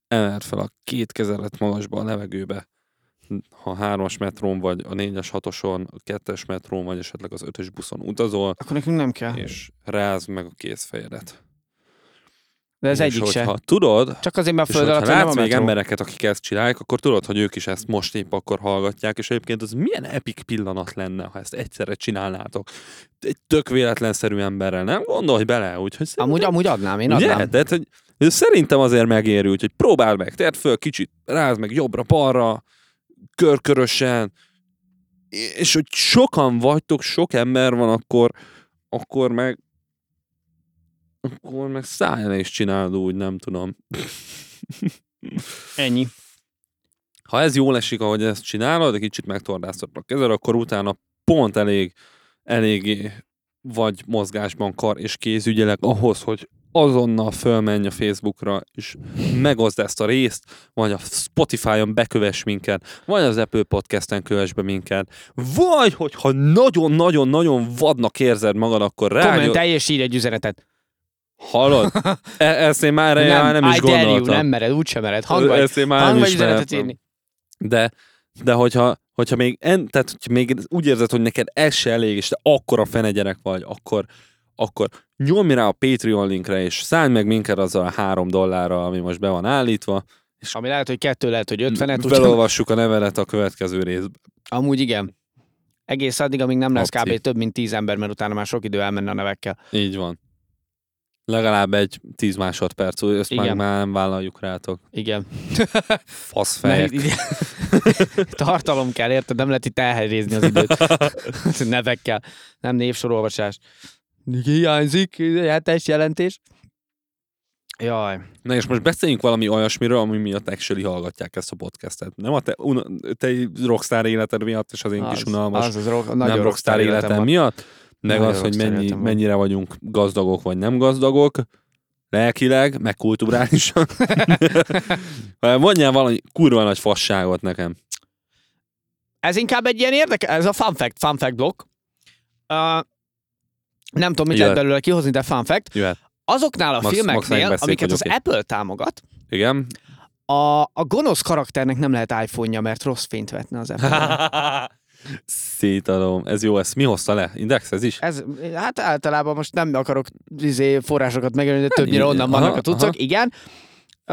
Speaker 1: emeld fel a két kezelet magasba a levegőbe, ha hármas metrón vagy, a négyes hatoson, a kettes metrón vagy esetleg az ötös buszon utazol,
Speaker 2: Akkor nekünk nem kell.
Speaker 1: és rázd meg a kézfejedet.
Speaker 2: De ez
Speaker 1: és
Speaker 2: egyik se.
Speaker 1: hogyha tudod,
Speaker 2: Csak azért, mert a
Speaker 1: és
Speaker 2: föld
Speaker 1: hogyha
Speaker 2: alatt nem a
Speaker 1: látsz még
Speaker 2: metró.
Speaker 1: embereket, akik ezt csinálják, akkor tudod, hogy ők is ezt most épp akkor hallgatják, és egyébként az milyen epik pillanat lenne, ha ezt egyszerre csinálnátok. Egy tök véletlenszerű emberrel, nem? Gondolj bele, úgyhogy
Speaker 2: Amúgy, amúgy adnám, én adnám.
Speaker 1: Ugye? Tehát, hogy ez szerintem azért megérő, úgyhogy próbáld meg, tedd föl kicsit, rázd meg jobbra-balra, körkörösen, és hogy sokan vagytok, sok ember van, akkor, akkor meg akkor meg szálljon és csináld úgy, nem tudom.
Speaker 2: Ennyi.
Speaker 1: ha ez jól esik, ahogy ezt csinálod, egy kicsit megtordászod a kezed, akkor utána pont elég, elég vagy mozgásban kar és kéz ügyeleg ahhoz, hogy azonnal fölmenj a Facebookra, és megozd ezt a részt, vagy a Spotify-on beköves minket, vagy az Apple Podcast-en kövess be minket, vagy hogyha nagyon-nagyon-nagyon vadnak érzed magad, akkor rájön,
Speaker 2: Kommentelj és írj egy üzenetet.
Speaker 1: hallod? E- ezt én már erre nem, nem is
Speaker 2: I dare you,
Speaker 1: gondoltam.
Speaker 2: nem mered, úgysem mered. Hang vagy,
Speaker 1: ezt én már
Speaker 2: hang
Speaker 1: nem
Speaker 2: vagy üzenetet
Speaker 1: ismertem.
Speaker 2: írni.
Speaker 1: De, de hogyha, hogyha még, en, tehát, hogyha még úgy érzed, hogy neked ez se elég, és te akkora fene gyerek vagy, akkor, akkor nyomj rá a Patreon linkre, és szállj meg minket azzal a három dollárra, ami most be van állítva.
Speaker 2: Ami lehet, hogy kettő, lehet, hogy ötvenet. Úgyhogy...
Speaker 1: Felolvassuk a nevelet a következő részben.
Speaker 2: Amúgy igen. Egész addig, amíg nem lesz
Speaker 1: Opció.
Speaker 2: kb. több, mint tíz ember, mert utána már sok idő elmenne a nevekkel.
Speaker 1: Így van. Legalább egy 10 másodperc, úgy, ezt már,
Speaker 2: Igen.
Speaker 1: már nem vállaljuk rátok.
Speaker 2: Igen.
Speaker 1: Faszfejek.
Speaker 2: Mert- Tartalom kell, érted? Nem lehet itt elhelyrezni az időt. Nevekkel. Nem névsorolvasás. Hiányzik, hetes jelentés. Jaj.
Speaker 1: Na és most beszéljünk valami olyasmiről, ami miatt actually hallgatják ezt a podcastet. Nem a te, una, te rockstar életed miatt, és az én kis unalmas
Speaker 2: az, az rock, nagyon
Speaker 1: nem rockstar életem
Speaker 2: van.
Speaker 1: miatt, meg
Speaker 2: Nagyon
Speaker 1: az, hogy
Speaker 2: rockstar
Speaker 1: mennyi,
Speaker 2: életem van.
Speaker 1: mennyire vagyunk gazdagok vagy nem gazdagok, lelkileg, meg kulturálisan. Ha Mondjál valami kurva nagy fasságot nekem.
Speaker 2: Ez inkább egy ilyen érdekes, ez a fun fact, fun fact blokk. Uh, nem tudom, mit
Speaker 1: Jöhet.
Speaker 2: lehet belőle kihozni, de fun fact.
Speaker 1: Jöhet.
Speaker 2: Azoknál a
Speaker 1: Max- Max
Speaker 2: filmeknél,
Speaker 1: megbeszéljük,
Speaker 2: amiket
Speaker 1: hogy
Speaker 2: az
Speaker 1: oké.
Speaker 2: Apple támogat,
Speaker 1: Igen?
Speaker 2: a, a gonosz karakternek nem lehet iPhone-ja, mert rossz fényt vetne az Apple.
Speaker 1: Szétadom. Ez jó, ezt mi hozta le? Index ez is?
Speaker 2: Ez, hát általában most nem akarok izé, forrásokat megjelölni, de többnyire
Speaker 1: így-
Speaker 2: onnan
Speaker 1: aha,
Speaker 2: vannak a
Speaker 1: aha.
Speaker 2: tucok, igen. Ö,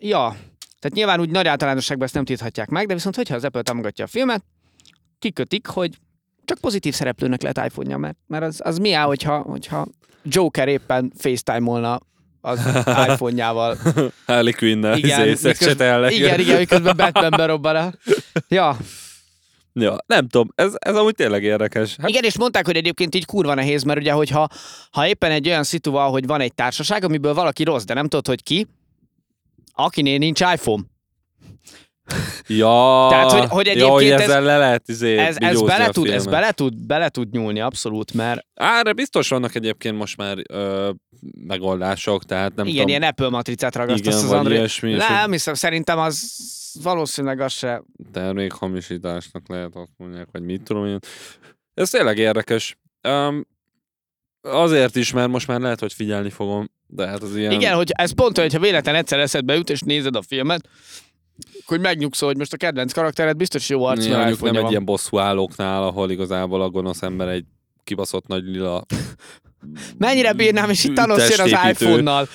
Speaker 2: ja, tehát nyilván úgy nagy általánosságban ezt nem tilthatják meg, de viszont hogyha az Apple támogatja a filmet, kikötik, hogy csak pozitív szereplőnek lehet iPhone-ja, mert, mert az, az mi áll, hogyha, hogyha Joker éppen FaceTime-olna az iPhone-jával.
Speaker 1: Harley Quinn-nel
Speaker 2: Igen,
Speaker 1: izé,
Speaker 2: miközben-
Speaker 1: szexcsetelnek.
Speaker 2: Igen, igen, miközben Batman berobban el. Ja,
Speaker 1: Ja, nem tudom, ez, ez amúgy tényleg érdekes. Hát,
Speaker 2: Igen, és mondták, hogy egyébként így kurva nehéz, mert ugye, hogyha ha éppen egy olyan szitu van, hogy van egy társaság, amiből valaki rossz, de nem tudod, hogy ki, akinél nincs iPhone.
Speaker 1: ja,
Speaker 2: Tehát, hogy- hogy
Speaker 1: ja, hogy
Speaker 2: egyébként ez-
Speaker 1: ezzel le lehet izé,
Speaker 2: Ez, ez,
Speaker 1: bigyózni
Speaker 2: bele
Speaker 1: a
Speaker 2: tud, ez
Speaker 1: filmet.
Speaker 2: bele, tud, bele tud nyúlni, abszolút, mert
Speaker 1: Á, Erre biztos vannak egyébként most már ö, megoldások, tehát nem
Speaker 2: nem igen,
Speaker 1: tudom.
Speaker 2: ilyen Apple matricát
Speaker 1: igen,
Speaker 2: ragasztasz az
Speaker 1: vagy
Speaker 2: André.
Speaker 1: ilyesmi, és
Speaker 2: Nem, hiszem, szerintem az valószínűleg az se.
Speaker 1: egy termékhamisításnak lehet azt mondják, vagy mit tudom én. Ez tényleg érdekes. Um, azért is, mert most már lehet, hogy figyelni fogom, de hát az ilyen...
Speaker 2: Igen, hogy ez pont olyan, hogyha véletlen egyszer eszedbe jut, és nézed a filmet, hogy megnyugszol, hogy most a kedvenc karaktered biztos jó arc,
Speaker 1: Nyilván
Speaker 2: mert
Speaker 1: mondjuk nem
Speaker 2: iPhone-ja
Speaker 1: egy
Speaker 2: van.
Speaker 1: ilyen bosszú állóknál, ahol igazából a gonosz ember egy kibaszott nagy lila...
Speaker 2: Mennyire bírnám, és itt Thanos jön az
Speaker 1: testépítő.
Speaker 2: iPhone-nal.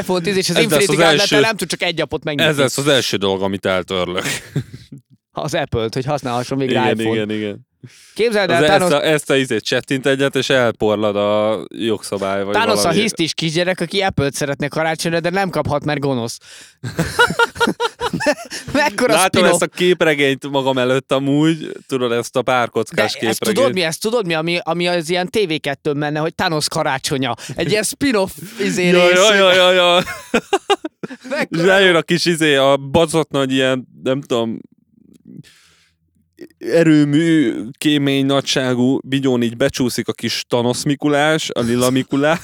Speaker 2: iPhone 10 és az
Speaker 1: Ez lesz
Speaker 2: Infinity
Speaker 1: az
Speaker 2: Gauntlet,
Speaker 1: első-
Speaker 2: nem tud csak egy appot megnyitni.
Speaker 1: Ez lesz az első dolog, amit eltörlök.
Speaker 2: Az Apple-t, hogy használhasson végre
Speaker 1: Igen,
Speaker 2: iPhone.
Speaker 1: igen, igen.
Speaker 2: Képzeld
Speaker 1: Az
Speaker 2: el,
Speaker 1: ezt
Speaker 2: Thanos,
Speaker 1: a, ezt a izét csettint egyet, és elporlad a jogszabály. Vagy
Speaker 2: Thanos a
Speaker 1: valami.
Speaker 2: hisztis kisgyerek, aki Apple-t szeretne karácsonyra, de nem kaphat, mert gonosz. Mekkora
Speaker 1: Látom
Speaker 2: spin-off.
Speaker 1: ezt a képregényt magam előtt amúgy, tudod, ezt a
Speaker 2: De
Speaker 1: párkockás
Speaker 2: ezt
Speaker 1: képregényt.
Speaker 2: tudod mi, ezt tudod mi, ami, ami az ilyen tv 2 menne, hogy Thanos karácsonya. Egy ilyen spin-off izé
Speaker 1: Jaj,
Speaker 2: rész.
Speaker 1: jaj, jaj, jaj, jaj. És
Speaker 2: Mekkora-
Speaker 1: rájön a kis izé, a bazott nagy ilyen, nem tudom, erőmű, kémény nagyságú bigyón így becsúszik a kis Thanos Mikulás, a Lila Mikulás,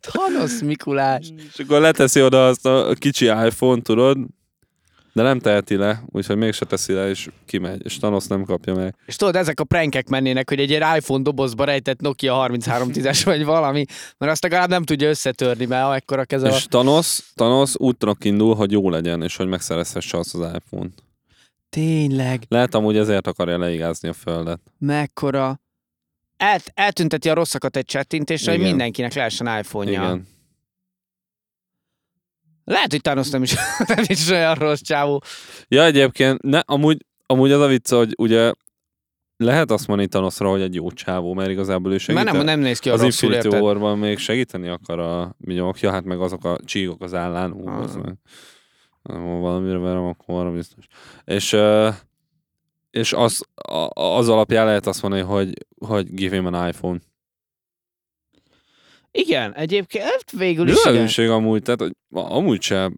Speaker 2: Thanos Mikulás.
Speaker 1: és akkor leteszi oda azt a kicsi iPhone, tudod, de nem teheti le, úgyhogy mégse teszi le, és kimegy, és Thanos nem kapja meg.
Speaker 2: És tudod, ezek a prankek mennének, hogy egy ilyen iPhone dobozba rejtett Nokia 3310-es vagy valami, mert azt legalább nem tudja összetörni, mert ekkora keze van.
Speaker 1: És Thanos, Thanos útnak indul, hogy jó legyen, és hogy megszerezhesse azt az iPhone-t.
Speaker 2: Tényleg,
Speaker 1: Lehet amúgy ezért akarja leigázni a földet.
Speaker 2: mekkora... El, eltünteti a rosszakat egy csettintésre, hogy
Speaker 1: Igen.
Speaker 2: mindenkinek lehessen iPhone-ja.
Speaker 1: Igen.
Speaker 2: Lehet, hogy Thanos nem is, nem is olyan rossz csávó.
Speaker 1: Ja, egyébként, ne, amúgy, amúgy az a vicc, hogy ugye lehet azt mondani Thanosra, hogy egy jó csávó, mert igazából ő segít.
Speaker 2: Mert nem, nem néz ki a
Speaker 1: az
Speaker 2: rosszul,
Speaker 1: Infinity
Speaker 2: érted?
Speaker 1: Warban még segíteni akar a vigyomok, ja, hát meg azok a csíkok az állán, ú,
Speaker 2: Ah.
Speaker 1: az meg. Ha valamire verem, akkor arra biztos. És, ö, és az, a- az alapján lehet azt mondani, hogy, hogy give him an iPhone.
Speaker 2: Igen, egyébként hát végül is igen.
Speaker 1: Lövőség amúgy, tehát hogy amúgy sem.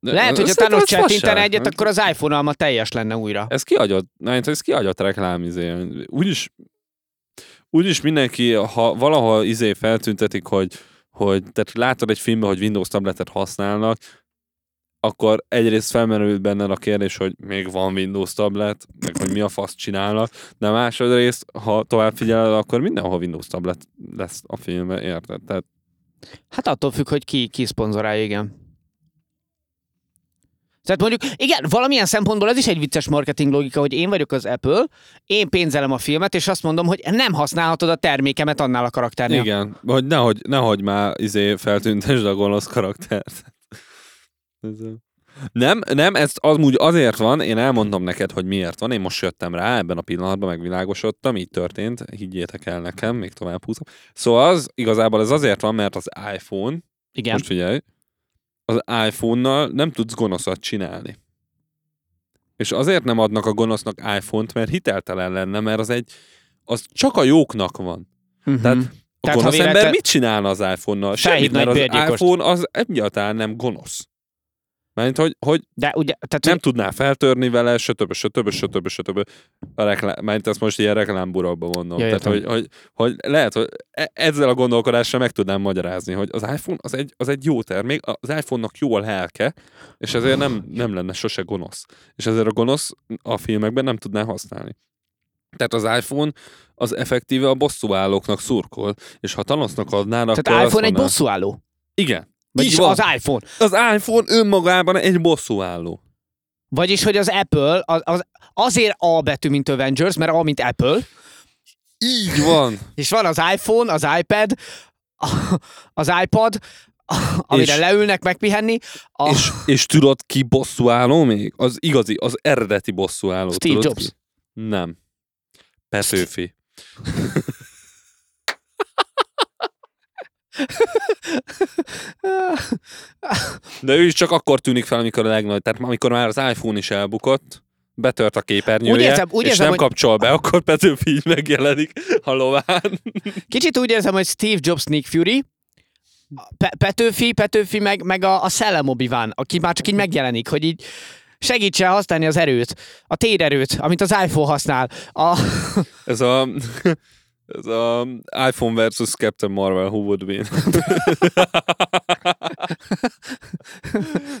Speaker 1: De
Speaker 2: Lehet, hogy a
Speaker 1: szerintem
Speaker 2: Thanos
Speaker 1: ez fasság.
Speaker 2: csettintene egyet, akkor az iPhone alma teljes lenne újra.
Speaker 1: Ez kiadott, mert ez kiadott reklám, izé. úgyis, úgyis mindenki, ha valahol izé feltüntetik, hogy, hogy tehát látod egy filmben, hogy Windows tabletet használnak, akkor egyrészt felmerül benned a kérdés, hogy még van Windows tablet, meg hogy mi a fasz csinálnak, de másodrészt, ha tovább figyeled, akkor mindenhol Windows tablet lesz a filmben, érted? Tehát
Speaker 2: Hát attól függ, hogy ki, ki szponzorálja, igen. Tehát mondjuk, igen, valamilyen szempontból ez is egy vicces marketing logika, hogy én vagyok az Apple, én pénzelem a filmet, és azt mondom, hogy nem használhatod a termékemet annál a karakternél.
Speaker 1: Hát igen, hogy nehogy, nehogy már izé feltüntesd a gonosz karaktert. Ez a- Nem, nem, ez amúgy azért van, én elmondom neked, hogy miért van, én most jöttem rá, ebben a pillanatban megvilágosodtam, így történt, higgyétek el nekem, még tovább húzom. Szóval az, igazából ez azért van, mert az iPhone,
Speaker 2: Igen.
Speaker 1: most figyelj, az iPhone-nal nem tudsz gonoszat csinálni. És azért nem adnak a gonosznak iPhone-t, mert hiteltelen lenne, mert az egy, az csak a jóknak van.
Speaker 2: uh-huh.
Speaker 1: tehát- A
Speaker 2: Tehát,
Speaker 1: Tehát, gonosz
Speaker 2: ha
Speaker 1: ember
Speaker 2: véletlen-
Speaker 1: mit csinálna az iPhone-nal? Semmit,
Speaker 2: Felhívna
Speaker 1: mert az
Speaker 2: egy bérgyilkost.
Speaker 1: iPhone az egyáltalán nem gonosz. Mert hogy, hogy
Speaker 2: De ugye, tehát
Speaker 1: nem tudnál feltörni vele, stb. stb. stb. stb. A reklám, mert ezt most ilyen reklámburokban mondom.
Speaker 2: Ja,
Speaker 1: Tehát, hogy,
Speaker 2: értem.
Speaker 1: hogy, hogy, lehet, hogy e- ezzel a gondolkodással meg tudnám magyarázni, hogy az iPhone az egy, az egy jó termék, az iPhone-nak jó a lelke, és ezért nem, nem lenne sose gonosz. És ezért a gonosz a filmekben nem tudná használni. Tehát az iPhone az effektíve a bosszúállóknak szurkol, és ha Thanosnak adnál, akkor
Speaker 2: tehát
Speaker 1: azt
Speaker 2: iPhone egy
Speaker 1: mondaná-
Speaker 2: bosszúálló.
Speaker 1: Igen.
Speaker 2: Vagyis
Speaker 1: Így van.
Speaker 2: az iPhone.
Speaker 1: Az iPhone önmagában egy bosszúálló.
Speaker 2: Vagyis, hogy az Apple az, az azért A betű, mint Avengers, mert A, mint Apple,
Speaker 1: Így van.
Speaker 2: és van az iPhone, az iPad, a- az iPad, a- amire
Speaker 1: És-
Speaker 2: leülnek megpihenni, a
Speaker 1: És, és tudod ki bosszúálló még? Az igazi, az eredeti bosszúálló.
Speaker 2: Steve
Speaker 1: tudod
Speaker 2: Jobs.
Speaker 1: Ki? Nem. Petőfi. De ő is csak akkor tűnik fel, amikor a legnagy. Tehát amikor már az iPhone is elbukott, betört a képernyője,
Speaker 2: Úgy érzem- úgy
Speaker 1: és
Speaker 2: érzem,
Speaker 1: nem
Speaker 2: hogy-
Speaker 1: kapcsol be, akkor Petőfi így megjelenik a lován.
Speaker 2: Kicsit úgy érzem, hogy Steve Jobs, Nick Fury, a Pe- Petőfi, Petőfi meg, meg a, a szellem obi aki már csak így megjelenik, hogy így segítse használni az erőt, a térerőt, amit az iPhone használ. A,
Speaker 1: Ez a... Ez a iPhone versus Captain Marvel, who would win?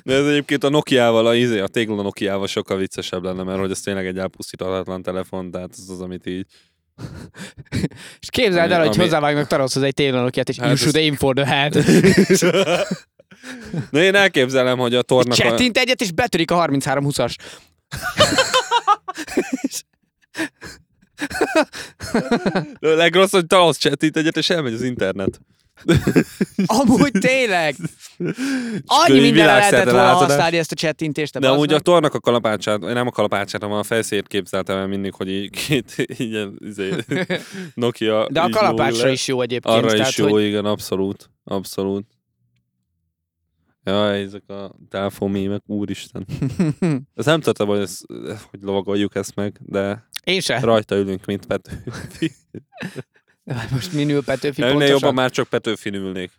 Speaker 1: De ez egyébként a Nokia-val, a, izé, a tégla Nokia-val sokkal viccesebb lenne, mert hogy ez tényleg egy elpusztíthatatlan telefon, tehát ez az, amit így...
Speaker 2: és képzeld el, hogy
Speaker 1: Ami-
Speaker 2: hozzávágnak Thanoshoz egy térnalokiát, és
Speaker 1: Hát
Speaker 2: you
Speaker 1: ez-
Speaker 2: should aim for the head.
Speaker 1: Na én elképzelem, hogy a tornak a...
Speaker 2: Csettint egyet, és betörik a 33-20-as.
Speaker 1: A legrossz, hogy Thanos csettint egyet, és elmegy az internet.
Speaker 2: Amúgy tényleg. Annyi
Speaker 1: körülbelül
Speaker 2: mindenre lehetett
Speaker 1: világszerte
Speaker 2: volna
Speaker 1: látod.
Speaker 2: használni ezt a csettintést.
Speaker 1: De
Speaker 2: bazd
Speaker 1: amúgy a
Speaker 2: meg.
Speaker 1: tornak a kalapácsát, vagy nem a kalapácsát, hanem a fejszét képzeltem el mindig, hogy így két ilyen izé, Nokia...
Speaker 2: De a
Speaker 1: így lóg
Speaker 2: kalapácsra
Speaker 1: le.
Speaker 2: is jó egyébként.
Speaker 1: Arra
Speaker 2: tehát,
Speaker 1: is jó,
Speaker 2: Hogy...
Speaker 1: hogy... igen, abszolút. Abszolút. Ja, ezek a telefonmémek, úristen. Ez nem tartom, hogy, ezt, hogy lovagoljuk ezt meg, de
Speaker 2: Én se.
Speaker 1: rajta ülünk, mint Petőfi.
Speaker 2: Most minül Petőfi
Speaker 1: Ennél
Speaker 2: pontosan.
Speaker 1: jobban már csak Petőfin ülnék.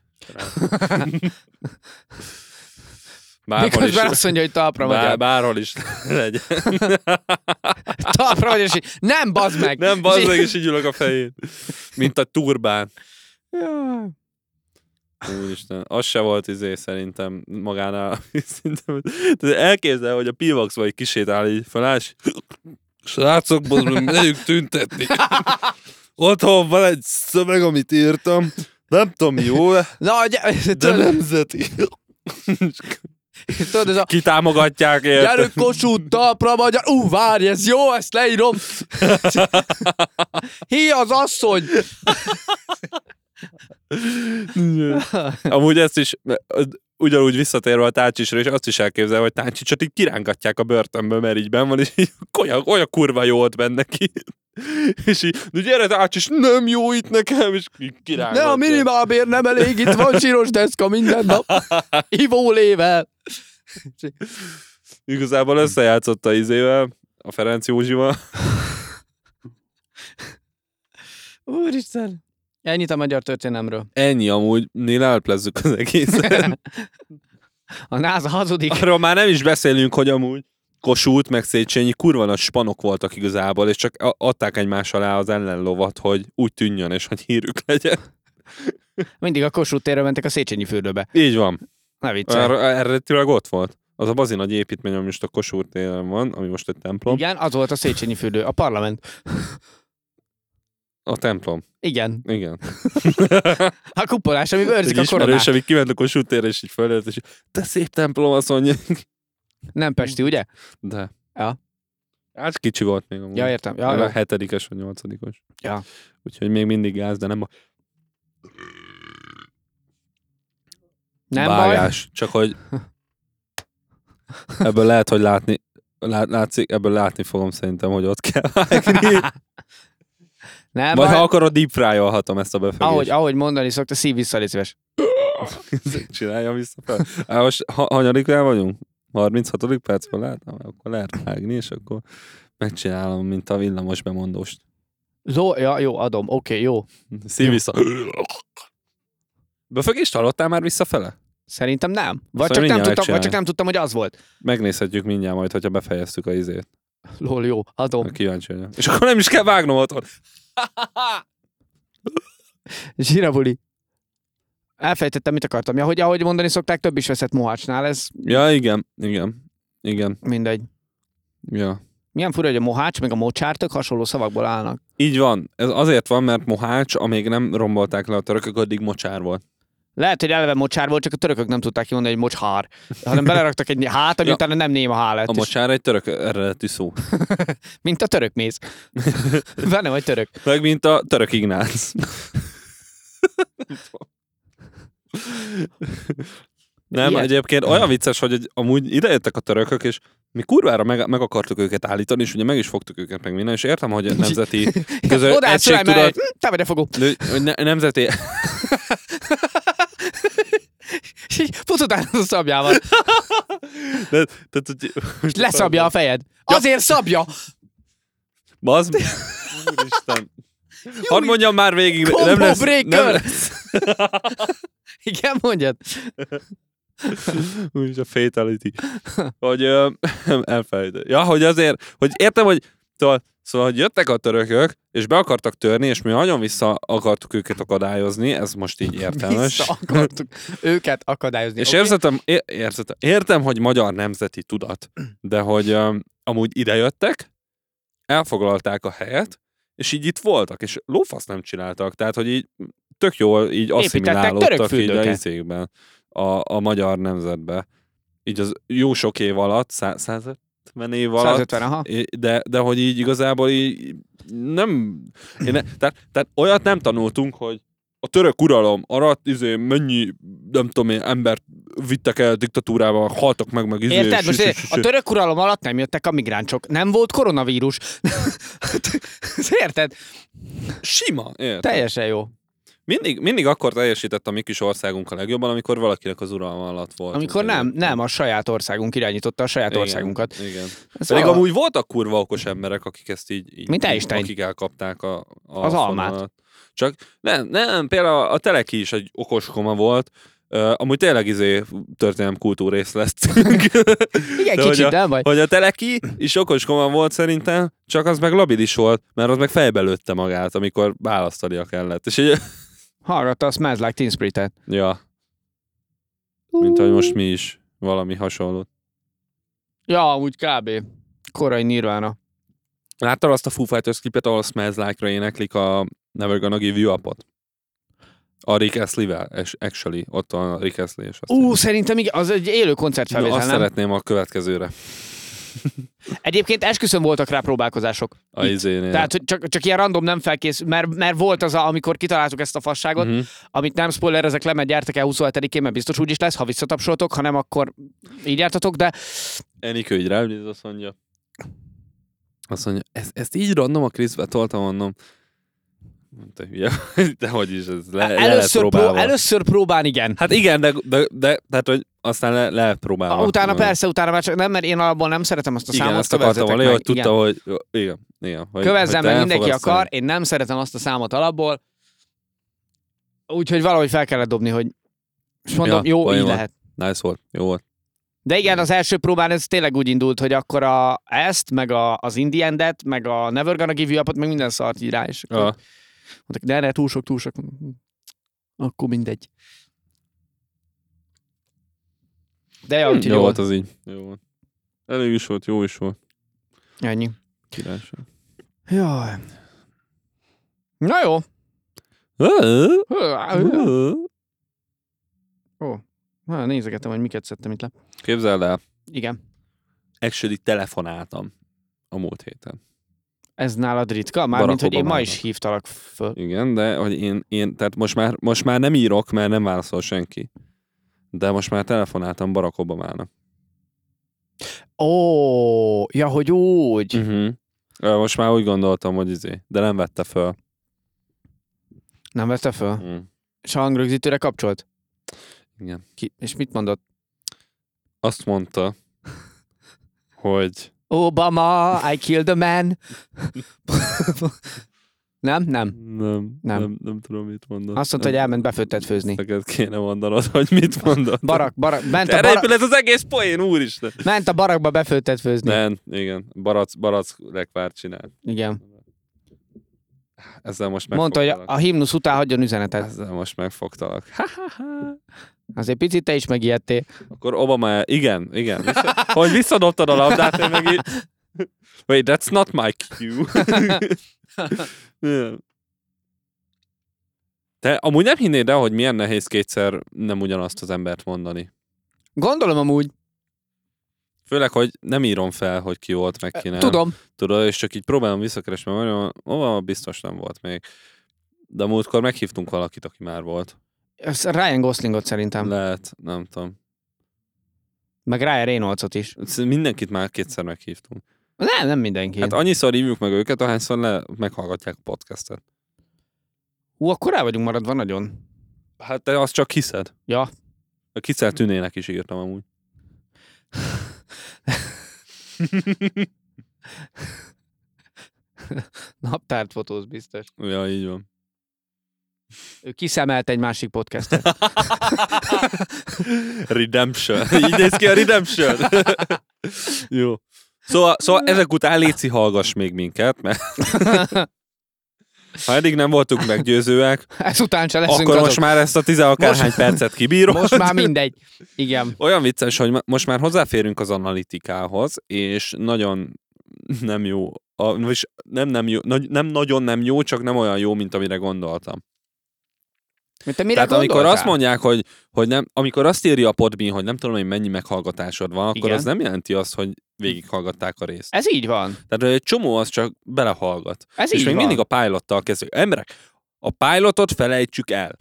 Speaker 1: Bárhol is,
Speaker 2: Miközben azt mondja, hogy talpra
Speaker 1: bár,
Speaker 2: vagy.
Speaker 1: bárhol is legyen.
Speaker 2: Talpra vagy, és így, nem bazd meg!
Speaker 1: Nem,
Speaker 2: És
Speaker 1: bazd
Speaker 2: így-
Speaker 1: meg, és így ülök a fején. Mint a turbán.
Speaker 2: Jaj.
Speaker 1: Úristen, az se volt izé szerintem magánál. Szerintem, tehát elképzel, hogy a pivax vagy kisétál így felállás. Srácok, bazd meg, megyünk tüntetni. Otthon van egy szöveg, amit írtam. Nem tudom, jó -e,
Speaker 2: Na, gy-
Speaker 1: de
Speaker 2: tudod,
Speaker 1: nemzeti.
Speaker 2: tudod, ez a
Speaker 1: Kitámogatják érte.
Speaker 2: gyerünk Kossuth talpra magyar, ú, várj, ez jó, ezt leírom. Hi az asszony.
Speaker 1: Amúgy ezt is, ugyanúgy visszatérve a táncsicsra, és azt is elképzel, hogy táncsicsot így kirángatják a börtönből, mert így benn van, és így olyan, olyan kurva jó ott benne ki. És így, de gyere táncsis, nem jó itt nekem, és így kirángatják.
Speaker 2: Ne, a minimálbér nem elég, itt van síros deszka minden nap. Ivó lével.
Speaker 1: Igazából összejátszott a izével, a Ferenc Józsival.
Speaker 2: Úristen. Ennyit a magyar történelmről.
Speaker 1: Ennyi amúgy, mi leleplezzük az egészet.
Speaker 2: A NASA hazudik.
Speaker 1: Arról már nem is beszélünk, hogy amúgy Kossuth, meg Széchenyi kurva nagy spanok voltak igazából, és csak a- adták egymás alá az ellenlovat, hogy úgy tűnjön, és hogy hírük legyen.
Speaker 2: Mindig a Kossuth térre mentek a Széchenyi fürdőbe.
Speaker 1: Így van.
Speaker 2: Ne viccelj.
Speaker 1: Erre- Eredetileg ott volt. Az a bazi nagy építmény, ami most a Kossuth téren van, ami most egy templom.
Speaker 2: Igen, az volt a Széchenyi fürdő. A parlament.
Speaker 1: A templom,
Speaker 2: Igen.
Speaker 1: igen.
Speaker 2: A kupolás, ami őrzik
Speaker 1: Egy
Speaker 2: a koronát.
Speaker 1: ismerős, ami kiment a Kossuth térre, és így fölött, és így, de szép templom, azt mondja.
Speaker 2: Nem Pesti, ugye?
Speaker 1: De.
Speaker 2: Ja.
Speaker 1: Hát kicsi volt még amúgy.
Speaker 2: Ja, értem. Ja,
Speaker 1: Meg a
Speaker 2: ja.
Speaker 1: hetedikes vagy nyolcadikos.
Speaker 2: Ja.
Speaker 1: Úgyhogy még mindig gáz, de nem a
Speaker 2: Nem baj.
Speaker 1: vágás. Csak hogy ebből lehet, hogy látni, lát, látszik, ebből látni fogom szerintem, hogy ott kell vágni.
Speaker 2: Nem
Speaker 1: Vagy
Speaker 2: baj.
Speaker 1: ha akarod, deep fry ezt a befegést.
Speaker 2: Ahogy, ahogy mondani szokta, szív vissza, légy szíves.
Speaker 1: Csinálja vissza fel. Á, most ha, hanyadiknál vagyunk? 36. percben lehet? Na, Akkor lehet vágni, és akkor megcsinálom, mint a villamos bemondóst.
Speaker 2: Ló, ja, jó, adom. Oké, jó.
Speaker 1: Szív vissza. Befögést hallottál már visszafele?
Speaker 2: Szerintem nem. Vagy
Speaker 1: Szóval
Speaker 2: csak nem,
Speaker 1: mindjárt
Speaker 2: tudtam, vagy
Speaker 1: megcsináljuk.
Speaker 2: csak nem tudtam, hogy az volt.
Speaker 1: Megnézhetjük mindjárt majd, hogyha befejeztük a izét.
Speaker 2: Lol, jó, adom.
Speaker 1: Kíváncsi vagyok. És akkor nem is kell vágnom otthon.
Speaker 2: Zsirabuli. Elfejtettem, mit akartam. Ja, hogy ahogy mondani szokták, több is veszett mohácsnál, ez
Speaker 1: Ja, igen, igen, igen,
Speaker 2: mindegy.
Speaker 1: ja.
Speaker 2: Milyen fura, hogy a mohács meg a mocsár tök hasonló szavakból állnak.
Speaker 1: Így van. Ez azért van, mert Mohács, amíg nem rombolták le a törökök, addig mocsár volt.
Speaker 2: Lehet, hogy eleve mocsár volt, csak a törökök nem tudták kimondani, hogy mocsár, hanem beleraktak egy hát,
Speaker 1: Ja.
Speaker 2: ami ja. utána nem néma há lett.
Speaker 1: A
Speaker 2: és-
Speaker 1: mocsár egy török eredetű szó.
Speaker 2: Mint a török méz. Benne vagy török.
Speaker 1: Meg mint a török Ignác. Nem,
Speaker 2: Ilyen.
Speaker 1: egyébként olyan vicces, hogy egy- amúgy idejöttek a törökök, és mi kurvára meg, meg akartuk őket állítani, és ugye meg is fogtuk őket meg minden, és értem, hogy a nemzeti közö,
Speaker 2: Oda állsz Szulaj
Speaker 1: egységtudat,
Speaker 2: mellett, hm, te vagy a fogó.
Speaker 1: de- hogy ne, nemzeti,
Speaker 2: És így Futsz utána a szabjával,
Speaker 1: de, tehát, hogy,
Speaker 2: és leszabja a fejed. Azért szabja!
Speaker 1: Bazd, úristen. Hadd
Speaker 2: Jó,
Speaker 1: mondjam már végig,
Speaker 2: Combo
Speaker 1: nem lesz, nem
Speaker 2: breaker!
Speaker 1: lesz.
Speaker 2: Igen, mondjad.
Speaker 1: Úgyis a fatality. Hogy ö, elfelejtettem. Ja, hogy azért, hogy értem, hogy szóval, szóval, hogy jöttek a törökök, és be akartak törni, és mi nagyon vissza akartuk őket akadályozni, ez most így értelmes.
Speaker 2: Vissza akartuk őket akadályozni.
Speaker 1: És
Speaker 2: Oké?
Speaker 1: okay. érzetem, é- érzetem, értem, hogy magyar nemzeti tudat, de hogy um, amúgy idejöttek, elfoglalták a helyet, és így itt voltak, és lófasz nem csináltak, tehát hogy így tök jól így
Speaker 2: Építettek
Speaker 1: asszimilálódtak így
Speaker 2: török
Speaker 1: a
Speaker 2: fürdőket.
Speaker 1: izékben, a, a magyar nemzetbe. Így az jó sok év alatt, szá- 150 év alatt,
Speaker 2: 150, aha.
Speaker 1: É, De, de hogy így igazából így nem... Én ne, tehát, tehát olyat nem tanultunk, hogy a török uralom arat, izé, mennyi, nem tudom én, embert vittek el diktatúrába, haltak meg, meg izé.
Speaker 2: Érted?
Speaker 1: sü-
Speaker 2: Most
Speaker 1: sü-
Speaker 2: érted?
Speaker 1: sü-
Speaker 2: a
Speaker 1: sü-
Speaker 2: török uralom alatt nem jöttek a migránsok. Nem volt koronavírus. Érted?
Speaker 1: Sima, érted?
Speaker 2: Teljesen jó.
Speaker 1: Mindig, mindig akkor teljesített a mi kis országunk a legjobban, amikor valakinek az uralma alatt volt.
Speaker 2: Amikor nem, nem, a saját országunk irányította a saját
Speaker 1: Igen,
Speaker 2: országunkat.
Speaker 1: Igen.
Speaker 2: Ez
Speaker 1: Pedig
Speaker 2: valahol-
Speaker 1: amúgy voltak kurva okos emberek, akik ezt így, így
Speaker 2: Szóval- Mint Einstein.
Speaker 1: akik elkapták a, a
Speaker 2: Az almát.
Speaker 1: fonalat. Csak nem, nem, például a Teleki is egy okoskoma volt, Uh, amúgy tényleg izé történelem kultúrész lesz.
Speaker 2: Igen,
Speaker 1: De hogy
Speaker 2: kicsit,
Speaker 1: a-
Speaker 2: nem baj.
Speaker 1: hogy a Teleki is okoskoma volt szerintem, csak az meg labilis volt, mert az meg fejbe lőtte magát, amikor választania kellett. És így,
Speaker 2: Hallgatta a Smells Like Teen Spirit-et.
Speaker 1: ja, mint ahogy most mi is valami hasonlót.
Speaker 2: Ja, amúgy kb. Korai nirvána.
Speaker 1: Láttad azt a Foo Fighters klipet, ahol Smells Like-ra éneklik a Never Gonna Give You Up-ot? A Rick Astley-vel, és actually, ott van a Rick Astley, és azt
Speaker 2: Ú, szerintem igen, az egy élő
Speaker 1: Na,
Speaker 2: koncertfelvétel,
Speaker 1: azt
Speaker 2: nem?
Speaker 1: szeretném a következőre.
Speaker 2: Egyébként esküszöm voltak rá próbálkozások.
Speaker 1: A
Speaker 2: Itt.
Speaker 1: izénél.
Speaker 2: Tehát, hogy csak, csak ilyen random nem felkész, mert, mert volt az, a, amikor kitaláltuk ezt a fasságot,
Speaker 1: Mhm.
Speaker 2: amit nem spoiler, ezek lemegy, gyertek el 27-én, mert biztos úgy is lesz, ha visszatapsoltok, ha nem, akkor így jártatok, de
Speaker 1: Enikő így ráüléz, azt mondja. Azt mondja, ezt, ezt így random a Kriszbe toltam, mondom. Te hülye, vagy, de hogy is ez le, le lett
Speaker 2: először, pró-
Speaker 1: próbálva.
Speaker 2: először próbán igen.
Speaker 1: Hát igen, de, de, de tehát, hogy aztán le, lepróbálva.
Speaker 2: utána
Speaker 1: Mondom.
Speaker 2: persze, utána már csak nem, mert én alapból nem szeretem azt a
Speaker 1: Ah, Igen,
Speaker 2: számot,
Speaker 1: ezt akartam
Speaker 2: kövezzetek
Speaker 1: volna,
Speaker 2: meg,
Speaker 1: hogy
Speaker 2: igen.
Speaker 1: tudta, hogy... Igen, igen. Hogy,
Speaker 2: Kövezzen
Speaker 1: hogy
Speaker 2: meg
Speaker 1: te
Speaker 2: mindenki
Speaker 1: elfogadsz,
Speaker 2: akar, én nem szeretem azt a számot alapból, úgyhogy valahogy fel kellett dobni, hogy és mondom,
Speaker 1: Ja,
Speaker 2: jó,
Speaker 1: baj
Speaker 2: így
Speaker 1: van.
Speaker 2: lehet.
Speaker 1: hogy Nice volt, jó volt.
Speaker 2: De igen, az első próbán ez tényleg úgy indult, hogy akkor a ezt, meg a, az Indiendet, meg a Never Gonna Give You Up-ot, meg minden szart így rá, és akkor
Speaker 1: Ja.
Speaker 2: mondták, de erre túl sok, túl sok. Akkor mindegy. De jó,
Speaker 1: Hm,
Speaker 2: hm,
Speaker 1: jó volt az így. Jó volt. Elég is volt, jó is volt.
Speaker 2: Ennyi.
Speaker 1: Királyság.
Speaker 2: Jaj. Na jó. Na, nézegetem, hogy miket szedtem itt le.
Speaker 1: Képzeld el,
Speaker 2: Igen.
Speaker 1: actually telefonáltam a múlt héten.
Speaker 2: Ez nálad ritka? Mármint,
Speaker 1: Barack
Speaker 2: hogy én ma
Speaker 1: Obamának.
Speaker 2: is hívtalak föl.
Speaker 1: Igen, de hogy én, én tehát most már, most már nem írok, mert nem válaszol senki. De most már telefonáltam Barack Obamának.
Speaker 2: Ó, ja, hogy úgy.
Speaker 1: Uh-huh. Most már úgy gondoltam, hogy izé, de nem vette föl.
Speaker 2: Nem vette föl?
Speaker 1: Mm.
Speaker 2: És a hangrögzítőre kapcsolt?
Speaker 1: Igen.
Speaker 2: Ki? És mit mondott?
Speaker 1: Azt mondta, hogy
Speaker 2: Obama, I killed a man. nem, nem.
Speaker 1: nem,
Speaker 2: Nem.
Speaker 1: nem. nem, nem tudom, mit mondott.
Speaker 2: Azt mondta,
Speaker 1: nem,
Speaker 2: hogy elment befőttet főzni.
Speaker 1: Neked kéne mondanod, hogy mit mondott.
Speaker 2: Hm. Barak, barak, ment a,
Speaker 1: Erre
Speaker 2: barak,
Speaker 1: épül ez az egész poén, úristen.
Speaker 2: ment a barakba befőttet főzni.
Speaker 1: Nem, igen, barack, barack lekvárt csinál.
Speaker 2: Igen.
Speaker 1: Ezzel most
Speaker 2: Mondta, hogy
Speaker 1: megfogtalak.
Speaker 2: a himnusz után hagyjon üzenetet.
Speaker 1: Ezzel most megfogtalak. Ha-ha-ha.
Speaker 2: Azért picit te is megijedtél.
Speaker 1: Akkor Obama, igen, igen. Vissza, hogy visszadobtad a labdát, én meg így... Wait, that's not my cue. Nem. Te amúgy nem hinnéd el, hogy milyen nehéz kétszer nem ugyanazt az embert mondani.
Speaker 2: Gondolom amúgy.
Speaker 1: Főleg, hogy nem írom fel, hogy ki volt, meg ki nem.
Speaker 2: Tudom.
Speaker 1: Tudod, és csak így próbálom visszakeresni, mert mondom, Obama biztos nem volt még. De múltkor meghívtunk valakit, aki már volt.
Speaker 2: Ez Ryan Goslingot szerintem.
Speaker 1: Lehet, nem tudom. Szóval
Speaker 2: Meg Ryan Reynoldsot is.
Speaker 1: Mindenkit már kétszer meghívtunk.
Speaker 2: Nem, nem mindenki.
Speaker 1: Hát
Speaker 2: Hát,
Speaker 1: annyiszor hívjuk meg őket, ahányszor le, meghallgatják a podcastet.
Speaker 2: Hú, akkor rá vagyunk maradva nagyon.
Speaker 1: Hát te azt csak hiszed.
Speaker 2: Ja.
Speaker 1: A kiszer tünének is írtam amúgy.
Speaker 2: Naptárt fotóz biztos.
Speaker 1: Ja, így van.
Speaker 2: Ő kiszemelt egy másik podcastet.
Speaker 1: Redemption. Így néz ki a Redemption. Jó. Szóval, szóval ezek után Léci hallgass még minket, mert ha eddig nem voltunk meggyőzőek,
Speaker 2: Ezután se leszünk
Speaker 1: akkor
Speaker 2: azok.
Speaker 1: most már ezt a 10 akárhány
Speaker 2: Most-
Speaker 1: percet kibírod.
Speaker 2: most már mindegy. Igen.
Speaker 1: Olyan vicces, hogy ma- most már hozzáférünk az analitikához, és nagyon nem jó. A, vagyis nem, nem, jó, nagy, nem nagyon nem jó, csak nem olyan jó, mint amire gondoltam.
Speaker 2: Te mire
Speaker 1: Tehát amikor
Speaker 2: gondoltál?
Speaker 1: azt mondják, hogy, hogy nem, amikor azt írja a Podbean, hogy nem tudom, hogy mennyi meghallgatásod van, akkor
Speaker 2: Igen. E-
Speaker 1: az nem jelenti azt, hogy végighallgatták a részt.
Speaker 2: Ez így van.
Speaker 1: Tehát hogy egy csomó az csak belehallgat.
Speaker 2: Ez
Speaker 1: és
Speaker 2: így
Speaker 1: még
Speaker 2: van.
Speaker 1: mindig a pilottal kezdjük. Emberek, a pilotot felejtsük el.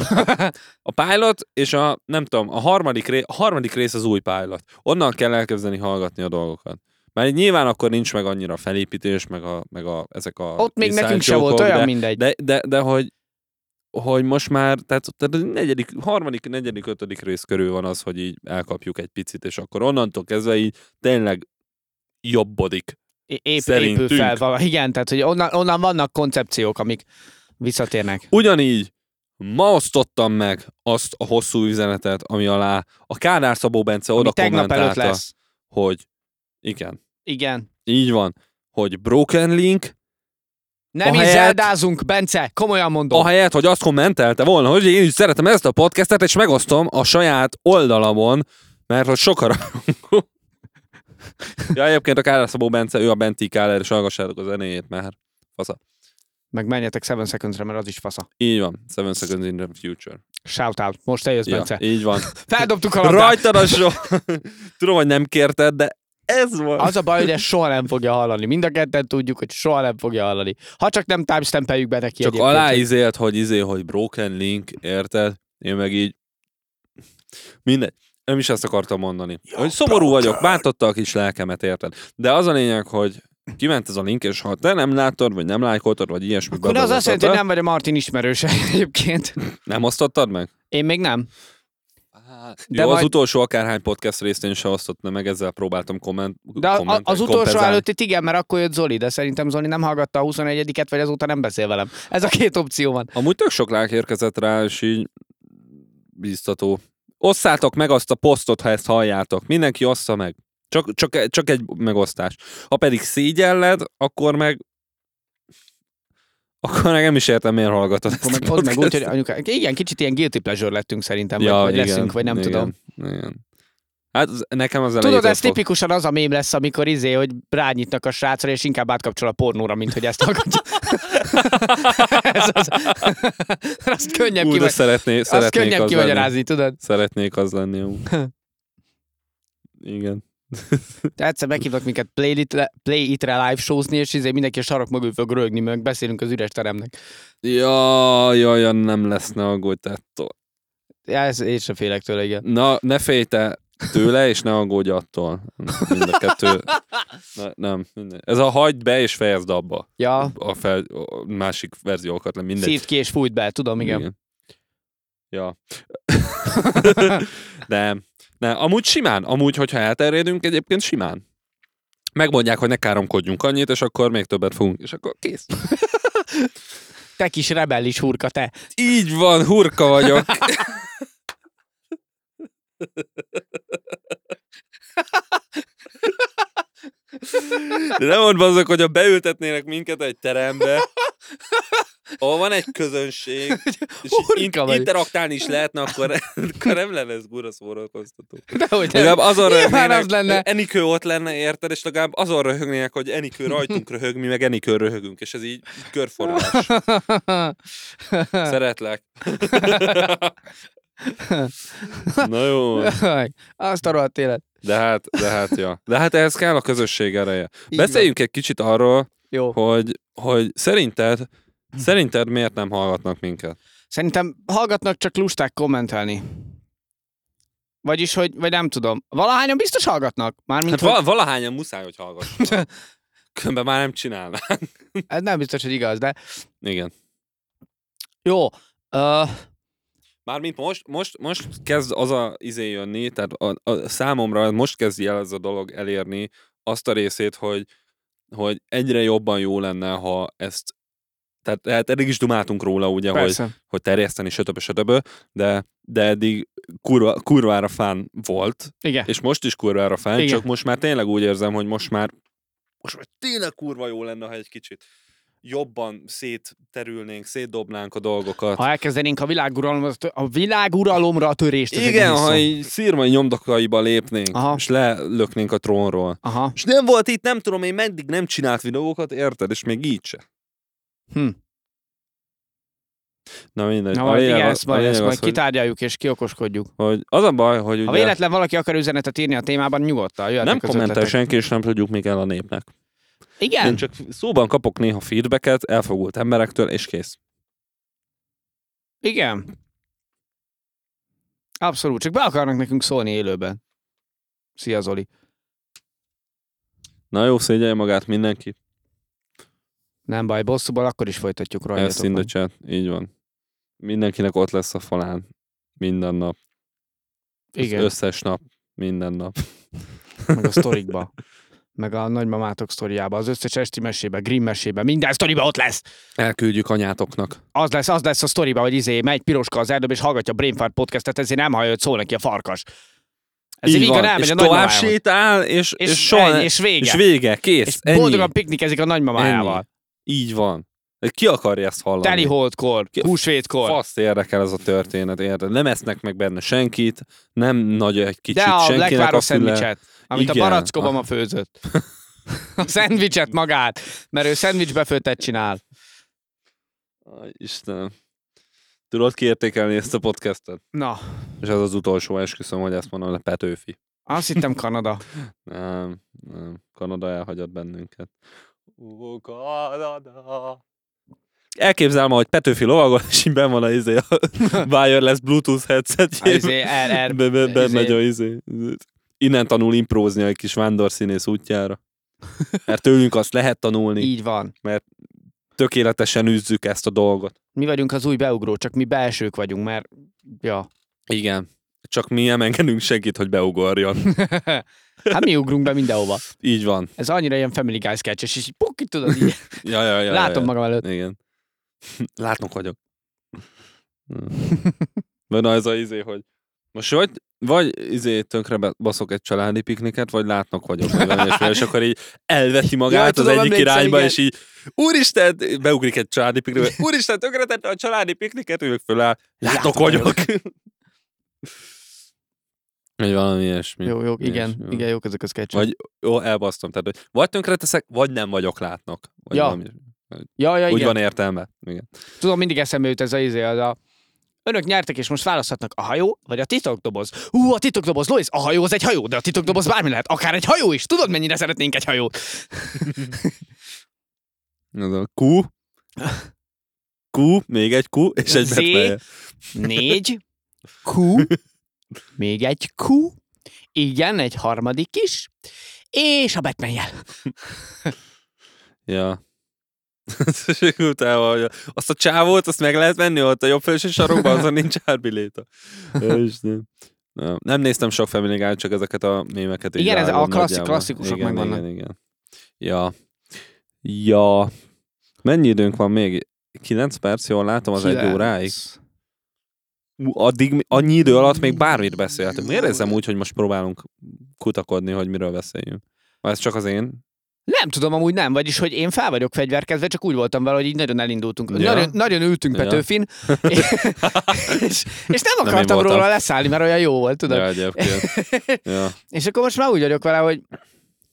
Speaker 1: A pilot és a, nem tudom, a harmadik, ré, a harmadik rész az új pilot. Onnan kell elkezdeni hallgatni a dolgokat. Mert nyilván akkor nincs meg annyira a felépítés, meg, a, meg a, ezek a...
Speaker 2: Ott még
Speaker 1: inside
Speaker 2: nekünk se volt
Speaker 1: joke-ok,
Speaker 2: olyan
Speaker 1: de,
Speaker 2: mindegy.
Speaker 1: de, de, de hogy, hogy most már, tehát, tehát a negyedik, harmadik, negyedik, ötödik rész körül van az, hogy így elkapjuk egy picit, és akkor onnantól kezdve így tényleg jobbodik.
Speaker 2: É- Épp, épül
Speaker 1: szerintünk.
Speaker 2: fel vala. Igen, tehát hogy onnan, onnan vannak koncepciók, amik visszatérnek.
Speaker 1: Ugyanígy ma osztottam meg azt a hosszú üzenetet, ami alá a Kádár Szabó Bence
Speaker 2: Ami
Speaker 1: oda
Speaker 2: tegnap előtt
Speaker 1: kommentálta,
Speaker 2: lesz.
Speaker 1: hogy igen,
Speaker 2: Igen.
Speaker 1: így van, hogy Broken Link
Speaker 2: Nem
Speaker 1: Ahelyett-
Speaker 2: is zeldázunk, Bence, komolyan mondom.
Speaker 1: Ahelyett, hogy azt kommentelte volna, hogy én is szeretem ezt a podcastet, és megosztom a saját oldalamon, mert hogy sokan rajongunk. ja, egyébként a Kárár Szabó Bence, ő a Benti Káler, és hallgassátok a zenéjét már. Fasza.
Speaker 2: Meg menjetek 7 seconds mert az is fasza.
Speaker 1: Így van. Seven Seconds in the Future.
Speaker 2: Shout out, most eljössz,
Speaker 1: Ja,
Speaker 2: Bence.
Speaker 1: így van.
Speaker 2: Feldobtuk a labdát.
Speaker 1: Rajtad a so... Tudom, hogy nem kérted, de ez van.
Speaker 2: Az a baj, hogy ezt soha nem fogja hallani. Mind a ketten tudjuk, hogy soha nem fogja hallani. Ha csak nem timestampeljük be neki
Speaker 1: Csak
Speaker 2: egyébként.
Speaker 1: alá izélt, hogy izé, hogy broken link, érted? Én meg így... Mindegy. Nem is ezt akartam mondani. hogy szomorú vagyok, bántotta a kis lelkemet, érted? De az a lényeg, hogy kiment ez a link, és ha te nem láttad, vagy nem lájkoltad, vagy ilyesmi
Speaker 2: Akkor az azt jelenti,
Speaker 1: bevezetett,
Speaker 2: hogy nem vagy a Martin ismerőse egyébként.
Speaker 1: nem osztottad meg?
Speaker 2: Én még nem.
Speaker 1: De
Speaker 2: De
Speaker 1: Jó, az
Speaker 2: majd-
Speaker 1: utolsó akárhány podcast részt én se osztottam meg, ezzel próbáltam komment,
Speaker 2: De a- a,
Speaker 1: kommentelni,
Speaker 2: az utolsó
Speaker 1: kompenzálni.
Speaker 2: előtti igen, mert akkor jött Zoli, de szerintem Zoli nem hallgatta a 21-et, vagy azóta nem beszél velem. Ez a két opció van.
Speaker 1: Amúgy tök sok like érkezett rá, és így biztató. Osszátok meg azt a posztot, ha ezt halljátok. Mindenki ossza meg. Csak, csak, csak egy megosztás. Ha pedig szégyelled, akkor meg akkor meg nem is értem, miért hallgatod
Speaker 2: Akkor
Speaker 1: ezt
Speaker 2: meg,
Speaker 1: a
Speaker 2: ott meg úgy, hogy
Speaker 1: podcastet.
Speaker 2: anyuka, igen, kicsit ilyen guilty pleasure lettünk szerintem, vagy, vagy leszünk, vagy nem
Speaker 1: igen,
Speaker 2: tudom.
Speaker 1: Igen. Hát az- nekem az
Speaker 2: Tudod,
Speaker 1: elejétől
Speaker 2: ez
Speaker 1: fog-
Speaker 2: tipikusan az a mém lesz, amikor izé, hogy rányitnak a srácra, és inkább átkapcsol a pornóra, mint hogy ezt hallgatja. ez az. Azt könnyebb,
Speaker 1: Ú, de
Speaker 2: kimagy...
Speaker 1: szeretné,
Speaker 2: azt
Speaker 1: szeretnék
Speaker 2: könnyebb
Speaker 1: az lenni.
Speaker 2: kimagyarázni, tudod?
Speaker 1: Szeretnék az lenni. ú. Igen.
Speaker 2: De egyszer meghívnak minket Play It, play it live showzni, és izé mindenki a sarok mögül fog rögni, meg beszélünk az üres teremnek.
Speaker 1: Ja, ja, ja, nem lesz, ne aggódj attól.
Speaker 2: Ja, ez, én sem félek tőle, igen.
Speaker 1: Na, ne félj te tőle, és ne aggódj attól. Mind a kettő. Ne, nem, minden. Ez a hagyd be és fejezd abba.
Speaker 2: Ja,
Speaker 1: A, fel, a másik verziókat, nem mindegy.
Speaker 2: szívd ki és fújt be, tudom, igen.
Speaker 1: Ja. nem. Nem, amúgy simán. Amúgy, hogyha elterjedünk, egyébként simán. Megmondják, hogy ne káromkodjunk annyit, és akkor még többet fogunk, és akkor kész.
Speaker 2: Te kis rebellis hurka, te.
Speaker 1: Így van, hurka vagyok. De nem mondd bazzak, hogy ha beültetnének minket egy terembe, ahol van egy közönség, és
Speaker 2: Hurka
Speaker 1: in-
Speaker 2: vagy.
Speaker 1: interaktálni is lehetne, akkor, akkor nem lenne ez gura szórakoztató.
Speaker 2: De hogy
Speaker 1: Legalább azon
Speaker 2: Nyilván
Speaker 1: röhögnének,
Speaker 2: az lenne.
Speaker 1: Enikő ott lenne, érted, és legalább azon röhögnének, hogy Enikő rajtunk röhög, mi meg Enikő röhögünk, és ez így, így körforgás. Szeretlek. Na jó.
Speaker 2: Azt a rohadt élet.
Speaker 1: De hát, de hát, ja. De hát ehhez kell a közösség ereje. Beszéljünk egy kicsit arról,
Speaker 2: Jó.
Speaker 1: hogy, hogy szerinted, szerinted miért nem hallgatnak minket?
Speaker 2: Szerintem hallgatnak csak lusták kommentelni. Vagyis, hogy, vagy nem tudom. Valahányan biztos hallgatnak. Mármint,
Speaker 1: Hát
Speaker 2: hát,
Speaker 1: val- valahányan muszáj, hogy hallgatnak. Különben már nem csinálná.
Speaker 2: ez Hát nem biztos, hogy igaz, de
Speaker 1: Igen.
Speaker 2: jó. Uh,
Speaker 1: Mármint most, most, most kezd az a izé jönni, tehát a, a számomra most kezdi el ez a dolog elérni azt a részét, hogy, hogy egyre jobban jó lenne, ha ezt tehát, tehát eddig is dumáltunk róla, ugye, hogy,
Speaker 2: persze.
Speaker 1: hogy terjeszteni, stb. stb. De, de eddig kurva, kurvára fán volt,
Speaker 2: Igen.
Speaker 1: és most is kurvára fán,
Speaker 2: Igen.
Speaker 1: csak most már tényleg úgy érzem, hogy most már most már tényleg kurva jó lenne, ha egy kicsit jobban szétterülnénk, szétdobnánk a dolgokat.
Speaker 2: Ha elkezdenénk a világuralomra, a világuralomra a törést. az egy
Speaker 1: Igen,
Speaker 2: egész szó.
Speaker 1: ha így szírmai nyomdokaiba lépnénk, Aha.
Speaker 2: Aha.
Speaker 1: és lelöknénk a trónról.
Speaker 2: Aha.
Speaker 1: És nem volt itt, nem tudom, én meddig nem csinált videókat, érted? És még így se.
Speaker 2: Hm.
Speaker 1: Na mindegy.
Speaker 2: Na
Speaker 1: A
Speaker 2: majd
Speaker 1: lényeg
Speaker 2: igen,
Speaker 1: az-
Speaker 2: ezt
Speaker 1: a
Speaker 2: majd, ezt
Speaker 1: lényeg
Speaker 2: majd
Speaker 1: az, hogy,
Speaker 2: kitárgyaljuk és kiokoskodjuk.
Speaker 1: hogy az a baj, hogy ugye
Speaker 2: Ha véletlen valaki akar üzenetet írni a témában, nyugodtan jöhetnek
Speaker 1: nem
Speaker 2: az
Speaker 1: kommentel
Speaker 2: ötletek.
Speaker 1: senki, és nem tudjuk még el a népnek.
Speaker 2: Igen.
Speaker 1: Én csak szóban kapok néha feedbacket elfogult emberektől, és kész.
Speaker 2: Igen. Abszolút, csak be akarnak nekünk szólni élőben. Szia Zoli.
Speaker 1: Na jó, szégyelje magát mindenki.
Speaker 2: Nem baj, bosszúból akkor is folytatjuk rajta.
Speaker 1: Ez in the chat. Így van. Mindenkinek ott lesz a falán. Minden nap. Az
Speaker 2: Igen,
Speaker 1: Összes nap. Minden nap.
Speaker 2: meg a sztorikba. Meg a nagymamátok sztoriába, az összes esti mesébe, Grimm mesébe, minden sztoriba ott lesz.
Speaker 1: Elküldjük anyátoknak.
Speaker 2: Az lesz, az lesz a sztoriba, hogy izé megy piroska az erdőbe, és hallgatja a Brainfart podcastet, ezért nem hallja, hogy szól neki a farkas. Ezért így van, elmegy
Speaker 1: és
Speaker 2: a
Speaker 1: tovább
Speaker 2: nagymamához.
Speaker 1: sétál, és, és,
Speaker 2: És,
Speaker 1: soha
Speaker 2: ennyi,
Speaker 1: ne-
Speaker 2: és vége.
Speaker 1: és vége, kész.
Speaker 2: És
Speaker 1: ennyi.
Speaker 2: boldogan piknikezik a nagymamájával.
Speaker 1: Ennyi. Így van. Ki akarja ezt hallani?
Speaker 2: Teli holdkor,
Speaker 1: Ki-
Speaker 2: húsvétkor.
Speaker 1: Faszt érdekel ez a történet, érted? Nem esznek meg benne senkit, nem nagy egy kicsit
Speaker 2: De a
Speaker 1: senkinek a
Speaker 2: lekváros
Speaker 1: füle.
Speaker 2: szendvicset, amit
Speaker 1: Igen. Ah.
Speaker 2: a barackobam a főzött. A szendvicset magát, mert ő szendvicsbefőtet csinál.
Speaker 1: Aj, Istenem. Tudod kiértékelni ezt a podcastet?
Speaker 2: Na,
Speaker 1: És ez az utolsó esküszöm, hogy ezt mondom le Petőfi.
Speaker 2: azt hittem Kanada.
Speaker 1: Nem, nem. Kanada elhagyott bennünket. Ó, Kanada. Elképzelem, hogy Petőfi lovagol, és így benn van a izé, a wireless bluetooth
Speaker 2: Az
Speaker 1: headset.
Speaker 2: izé, er, er,
Speaker 1: Be, be, be
Speaker 2: izé-
Speaker 1: megy a izé. Innen tanul improzni egy kis vándorszínész útjára. Mert tőlünk azt lehet tanulni,
Speaker 2: így van.
Speaker 1: tökéletesen üzzük ezt a dolgot.
Speaker 2: Mi vagyunk az új beugró, csak mi belsők vagyunk, mert... Ja.
Speaker 1: Igen. Csak mi nem engedünk senkit, hogy beugorjon.
Speaker 2: Hát mi ugrunk be mindenhova.
Speaker 1: Így van.
Speaker 2: Ez annyira ilyen Family Guy sketch, és így pukki, tudod, így
Speaker 1: Ja, ja, ja,
Speaker 2: látom
Speaker 1: ja,
Speaker 2: magam előtt.
Speaker 1: ja. Igen. Látnok vagyok. Mert na ez a izé, hogy most vagy, vagy izé tönkre be- baszok egy családi pikniket, vagy látnok vagyok. Vagy valami ilyesmi, és akkor így elveti magát
Speaker 2: Jaj,
Speaker 1: Jaj,
Speaker 2: tudom,
Speaker 1: az egyik
Speaker 2: emlékszem,
Speaker 1: irányba,
Speaker 2: igen.
Speaker 1: és így úristen, beugrik egy családi piknikbe. Úristen, tönkretette a családi pikniket, ő meg föláll. Látnok
Speaker 2: Látnok
Speaker 1: vagyok. Vagy valami ilyesmi.
Speaker 2: Jó, jó, igen,
Speaker 1: Ilyesmi.
Speaker 2: igen, jók ezek a sketchek.
Speaker 1: Vagy- Jó, elbasztam. Tehát, hogy vagy tönkreteszek, vagy nem vagyok látnok. Vagy
Speaker 2: Ja,
Speaker 1: valami.
Speaker 2: Ja, ja,
Speaker 1: Úgy
Speaker 2: igen.
Speaker 1: van értelme. Igen.
Speaker 2: Tudom, mindig eszembe jut ez a izé, az a... Önök nyertek, és most választhatnak a hajó, vagy a titokdoboz. Hú, a titokdoboz, Lois, a hajó az egy hajó, de a titokdoboz bármi lehet, akár egy hajó is. Tudod, mennyire szeretnénk egy hajót?
Speaker 1: Ez a Q, Q, még egy Q, és egy
Speaker 2: Z.
Speaker 1: Batman.
Speaker 2: Négy, Q, még egy Q, igen, egy harmadik is, és a batman jel.
Speaker 1: Ja. És akkor utána, hogy azt a csávót, azt meg lehet venni ott a jobb felső sarokban, azon nincs árbiléta. Ja, Istenem. Nem, nem néztem sok Family Guy, csak ezeket a mémeket. így
Speaker 2: Igen, ez a
Speaker 1: vágom
Speaker 2: klasszik-
Speaker 1: nagyjából.
Speaker 2: klasszikusok
Speaker 1: igen,
Speaker 2: megvannak.
Speaker 1: Igen, igen. Ja. Ja. Mennyi időnk van még? 9 perc, jól látom, az egy óráig. Ú, addig mi- annyi idő alatt még bármit beszélhetünk. Miért érzem úgy, hogy most próbálunk kutakodni, hogy miről beszéljünk? Ha ez csak az én?
Speaker 2: Nem tudom, amúgy nem, vagyis, hogy én fel vagyok fegyverkezve, csak úgy voltam vele, hogy így nagyon elindultunk.
Speaker 1: Ja.
Speaker 2: Nagyon, nagyon ültünk
Speaker 1: Ja.
Speaker 2: Petőfin, és, és
Speaker 1: én
Speaker 2: nem akartam
Speaker 1: voltam.
Speaker 2: róla leszállni, mert olyan jó volt, tudod.
Speaker 1: Ja, egyébként. ja.
Speaker 2: És akkor most már úgy vagyok vele, hogy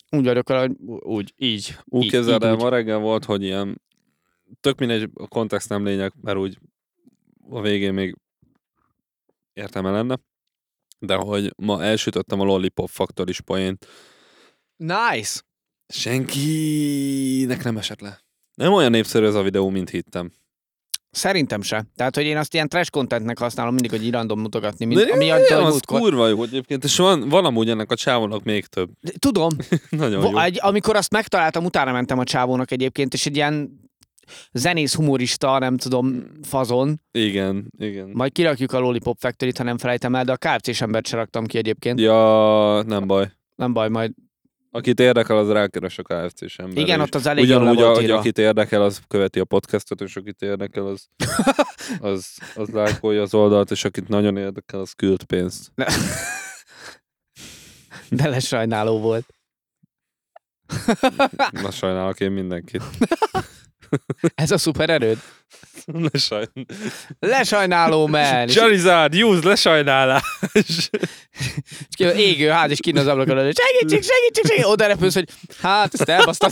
Speaker 2: úgy vagyok vele, hogy úgy, így.
Speaker 1: Úgy
Speaker 2: így,
Speaker 1: képzeld
Speaker 2: így,
Speaker 1: el,
Speaker 2: úgy.
Speaker 1: ma reggel volt, hogy ilyen, tök mindegy, a kontext nem lényeg, mert úgy a végén még értelme lenne, de hogy ma elsütöttem a Lollipop Factoris poént.
Speaker 2: Nice!
Speaker 1: Senkinek nem esett le. Nem olyan népszerű ez a videó, mint hittem.
Speaker 2: Szerintem se. Tehát, hogy én azt ilyen trash contentnek használom mindig, hogy így random mutogatni, mint,
Speaker 1: De
Speaker 2: ami a
Speaker 1: Nem,
Speaker 2: a
Speaker 1: az
Speaker 2: múltkor.
Speaker 1: kurva jó egyébként, és van, van amúgy ennek a csávónak még több.
Speaker 2: Tudom,
Speaker 1: Nagyon jó.
Speaker 2: Va- egy, amikor azt megtaláltam, utána mentem a csávónak egyébként, és egy ilyen zenész humorista, nem tudom, fazon.
Speaker 1: Igen, igen.
Speaker 2: Majd kirakjuk a Lollipop factory ha nem felejtem el, de a kfc embert se raktam ki egyébként.
Speaker 1: Ja, nem baj.
Speaker 2: Nem baj, majd.
Speaker 1: Akit érdekel, az rákeres a KFC-s ember.
Speaker 2: Igen,
Speaker 1: is.
Speaker 2: ott az elég jól le
Speaker 1: Ugyanúgy,
Speaker 2: volt
Speaker 1: ahogy
Speaker 2: írva.
Speaker 1: akit érdekel, az követi a podcastot, és akit érdekel, az, az, az lájkolja az oldalt, és akit nagyon érdekel, az küld pénzt.
Speaker 2: De lesajnáló volt.
Speaker 1: Na sajnálok én mindenkit.
Speaker 2: Ez a szupererőd?
Speaker 1: Ne sajn...
Speaker 2: Lesajnáló, man! És
Speaker 1: Charizard, use lesajnálás!
Speaker 2: És ki- égő ház, és kint az ablakon, hogy segítség, segítség, segítség, oda repülsz, hogy hát, ezt elbasztam.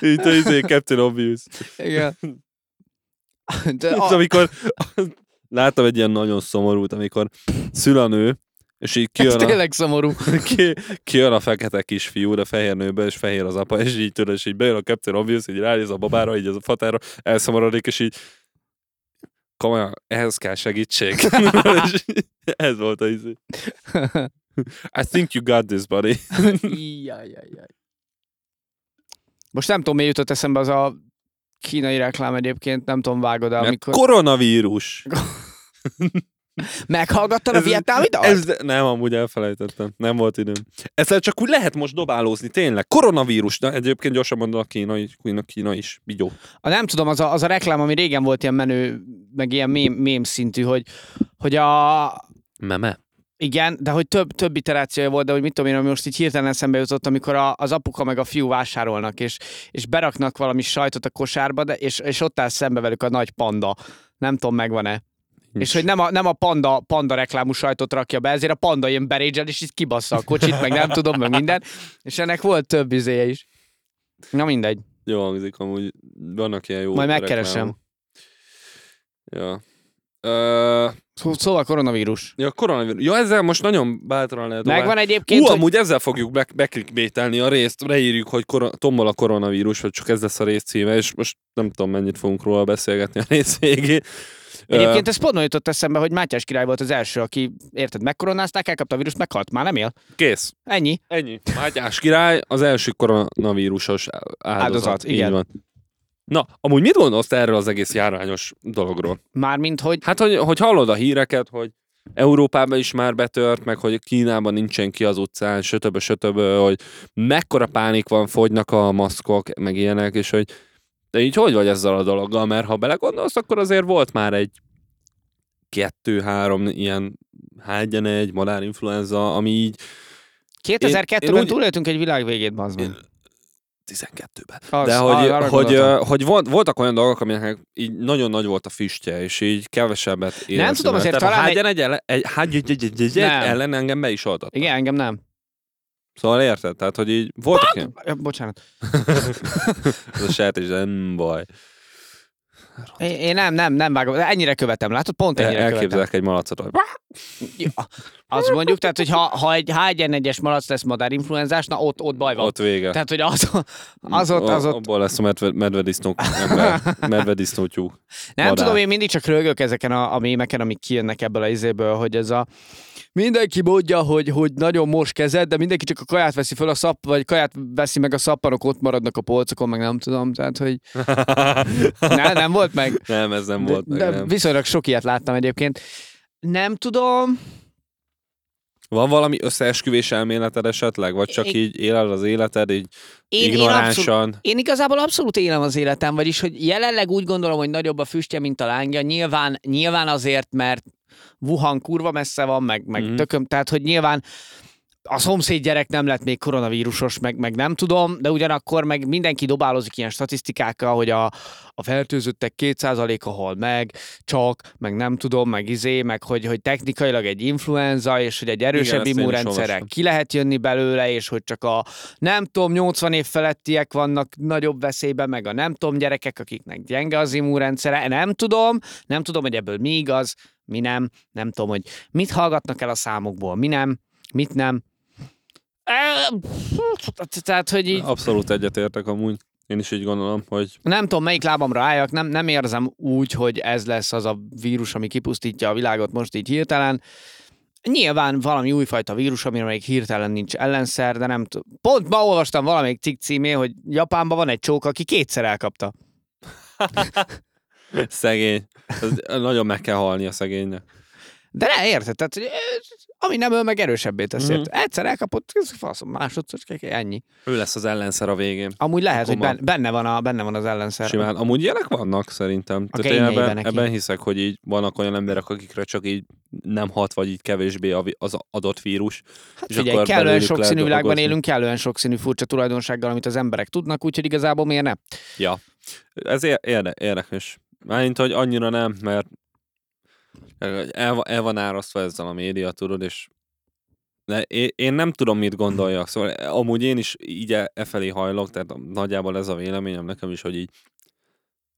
Speaker 1: Így a izé, Captain Obvious.
Speaker 2: Igen. De
Speaker 1: Itt,
Speaker 2: a,
Speaker 1: amikor láttam egy ilyen nagyon szomorút, amikor szülanő, és így
Speaker 2: ez
Speaker 1: kijön a,
Speaker 2: tényleg szomorú.
Speaker 1: ki, kijön a fekete kisfiú, de fehér nőbe, és fehér az apa, és így tudod, és így bejön a Captain Obvious, így ránéz a babára, így az a fatára, elszomorodik, és így komolyan, ehhez kell segítség. és így- ez volt a izé. I think you got this, buddy.
Speaker 2: Jaj, jaj, jaj. Most nem tudom, mi jutott eszembe az a kínai reklám egyébként, nem tudom, vágod el,
Speaker 1: Mert
Speaker 2: amikor...
Speaker 1: koronavírus.
Speaker 2: Meghallgattad a
Speaker 1: Ez-
Speaker 2: vietnámi dalt?
Speaker 1: Ez, nem, amúgy elfelejtettem. Nem volt időm. Ezzel csak úgy lehet most dobálózni, tényleg. Koronavírus. Na, egyébként gyorsan mondom, a kínai, kína, kína is. Bigyó.
Speaker 2: A nem tudom, az a, az a reklám, ami régen volt ilyen menő, meg ilyen mém, mém szintű, hogy, hogy a...
Speaker 1: Meme.
Speaker 2: Igen, de hogy több, több iterációja volt, de hogy mit tudom én, ami most így hirtelen eszembe jutott, amikor a, az apuka meg a fiú vásárolnak, és, és beraknak valami sajtot a kosárba, de, és, és ott áll szembe velük a nagy panda. Nem tudom, megvan-e.
Speaker 1: Nincs.
Speaker 2: És hogy nem a, nem a panda, panda reklámú sajtot rakja be, ezért a panda ilyen berédzsel, és így kibassza a kocsit, meg nem tudom, meg minden. És ennek volt több izéje is. Na mindegy.
Speaker 1: Jó hangzik, amúgy vannak ilyen jó
Speaker 2: Majd
Speaker 1: reklámok.
Speaker 2: megkeresem.
Speaker 1: Ja. Ö,
Speaker 2: Szó- Szóval koronavírus.
Speaker 1: ja, koronavírus. Ja, ezzel most nagyon bátran lehet
Speaker 2: Megvan
Speaker 1: Ú,
Speaker 2: egyébként, hogy
Speaker 1: hát. amúgy ezzel fogjuk be- beklikbételni a részt, leírjuk, hogy kor- tombol a koronavírus, vagy csak ez lesz a rész címe, és most nem tudom, mennyit fogunk róla beszélgetni a rész végén. Ö,
Speaker 2: Egyébként ez pont jutott eszembe, hogy Mátyás király volt az első, aki, érted, megkoronázták, elkapta a vírust, meghalt, már nem él.
Speaker 1: kész.
Speaker 2: Ennyi.
Speaker 1: Ennyi. Mátyás király az első koronavírusos á- áldozat.
Speaker 2: Áldozat,
Speaker 1: Így
Speaker 2: igen.
Speaker 1: Van. Na, amúgy mit gondolsz te erről az egész járványos dologról?
Speaker 2: Mármint, hogy
Speaker 1: Hát, hogy, hogy hallod a híreket, hogy Európában is már betört, meg hogy Kínában nincsen ki az utcán, sötöbö, sötöbö, hogy mekkora pánik van, fogynak a maszkok, meg ilyenek, és hogy de így hogy vagy ezzel a dologgal, mert ha belegondolsz, akkor azért volt már egy kettő-három ilyen H1N1, madárinfluenza, ami így
Speaker 2: 2002-ben
Speaker 1: én úgy-
Speaker 2: túléltünk egy világvégét, bazd meg.
Speaker 1: Én- 12-ben.
Speaker 2: Az,
Speaker 1: De
Speaker 2: az,
Speaker 1: hogy,
Speaker 2: arra
Speaker 1: hogy,
Speaker 2: gondoltam.
Speaker 1: ö, hogy volt, voltak olyan dolgok, aminek így nagyon nagy volt a füstje, és így kevesebbet éreztem.
Speaker 2: tudom,
Speaker 1: el.
Speaker 2: azért
Speaker 1: Tehát
Speaker 2: talán
Speaker 1: a hágyen egy, ele- egy, hágy- egy, egy, egy, egy
Speaker 2: Nem.
Speaker 1: ellen engem be is oltott.
Speaker 2: Igen, engem nem.
Speaker 1: Szóval érted? Tehát, hogy így voltak ilyen.
Speaker 2: Ja, Bocsánat.
Speaker 1: Ez a sejtés, de nem baj.
Speaker 2: Én- Én nem, nem, nem vágom. Ennyire követem, látod? Pont
Speaker 1: E-
Speaker 2: ennyire követem.
Speaker 1: Elképzelek egy malacot, hogy
Speaker 2: Ja. Azt mondjuk, tehát, hogy ha, ha egy H1N1-es malac lesz madárinfluenzás, na ott, ott baj van.
Speaker 1: ott Mm. vége.
Speaker 2: Tehát, hogy az, az ott, az
Speaker 1: A-
Speaker 2: ott.
Speaker 1: Abból lesz a medve, medvedisznók ember, medvedisznótyú.
Speaker 2: Nem
Speaker 1: Madár.
Speaker 2: tudom, én mindig csak rögök ezeken a, a mémeken, amik kijönnek ebből a izéből, hogy ez a mindenki mondja, hogy, hogy nagyon most kezed, de mindenki csak a kaját veszi föl a szap, vagy kaját veszi meg a szappanok, ott maradnak a polcokon, meg nem tudom, tehát, hogy ne, nem volt meg.
Speaker 1: nem, ez nem
Speaker 2: De-
Speaker 1: volt meg,
Speaker 2: de
Speaker 1: nem.
Speaker 2: Viszonylag sok ilyet láttam egyébként. Nem tudom,
Speaker 1: Van valami összeesküvés elméleted esetleg? Vagy csak
Speaker 2: Én-
Speaker 1: így éled az életed, így
Speaker 2: én, én, abszolút,
Speaker 1: ignoránsan?
Speaker 2: én igazából abszolút élem az életem, vagyis, hogy jelenleg úgy gondolom, hogy nagyobb a füstje, mint a lángja. Nyilván, nyilván azért, mert Wuhan kurva messze van, meg, meg
Speaker 1: Mhm.
Speaker 2: mm-hmm. tököm, tehát, hogy nyilván a szomszéd gyerek nem lett még koronavírusos, meg, meg nem tudom, de ugyanakkor meg mindenki dobálozik ilyen statisztikákkal, hogy a, a fertőzöttek 2%-a hal meg, csak, meg nem tudom, meg izé, meg hogy, hogy technikailag egy influenza, és hogy egy erősebb
Speaker 1: ezt én is
Speaker 2: immunrendszerrel
Speaker 1: olvastam.
Speaker 2: ki lehet jönni belőle, és hogy csak a nem tudom, 80 év felettiek vannak nagyobb veszélyben, meg a nem tudom gyerekek, akiknek gyenge az immunrendszere, nem tudom, nem tudom, hogy ebből mi igaz, mi nem, nem tudom, hogy mit hallgatnak el a számokból, mi nem, mit nem. Ö, Tehát, hogy így
Speaker 1: Abszolút egyetértek amúgy. Én is így gondolom, hogy
Speaker 2: nem tudom, melyik lábamra álljak, nem, nem érzem úgy, hogy ez lesz az a vírus, ami kipusztítja a világot most így hirtelen. Nyilván valami újfajta vírus, amire még hirtelen nincs ellenszer, de nem tudom. Pont ma olvastam valamelyik cikk címén, hogy Japánban van egy csók, aki kétszer elkapta.
Speaker 1: szegény. Ez nagyon meg kell halni a szegénynek.
Speaker 2: De ne, érted? Tehát, hogy, ö, ami nem öl, meg erősebbé tesz.
Speaker 1: Mhm.
Speaker 2: Mm-hmm. Egyszer elkapott, ez faszom, másodszor csak ennyi.
Speaker 1: Ő lesz az ellenszer a végén.
Speaker 2: Amúgy lehet,
Speaker 1: Akkor
Speaker 2: hogy ben, benne, van a, benne van az ellenszer.
Speaker 1: Simán. Amúgy ilyenek vannak szerintem.
Speaker 2: A
Speaker 1: Tehát én
Speaker 2: kényeiben
Speaker 1: ebben,
Speaker 2: neki.
Speaker 1: ebben hiszek, hogy így vannak olyan emberek, akikre csak így nem hat, vagy így kevésbé a vi- az adott vírus.
Speaker 2: Hát
Speaker 1: És
Speaker 2: figyelj,
Speaker 1: akkor
Speaker 2: kellően
Speaker 1: belőlük
Speaker 2: sokszínű
Speaker 1: lehet
Speaker 2: világban
Speaker 1: dolgozni.
Speaker 2: élünk, kellően sokszínű furcsa tulajdonsággal, amit az emberek tudnak, úgyhogy igazából miért ne?
Speaker 1: Ja. Ez ér- érde- érdekes. Mármint, hogy annyira nem, mert el, va- el van árasztva ezzel a média, tudod, és de é- én nem tudom, mit gondoljak. Szóval amúgy én is így e e felé hajlok, tehát nagyjából ez a véleményem nekem is, hogy így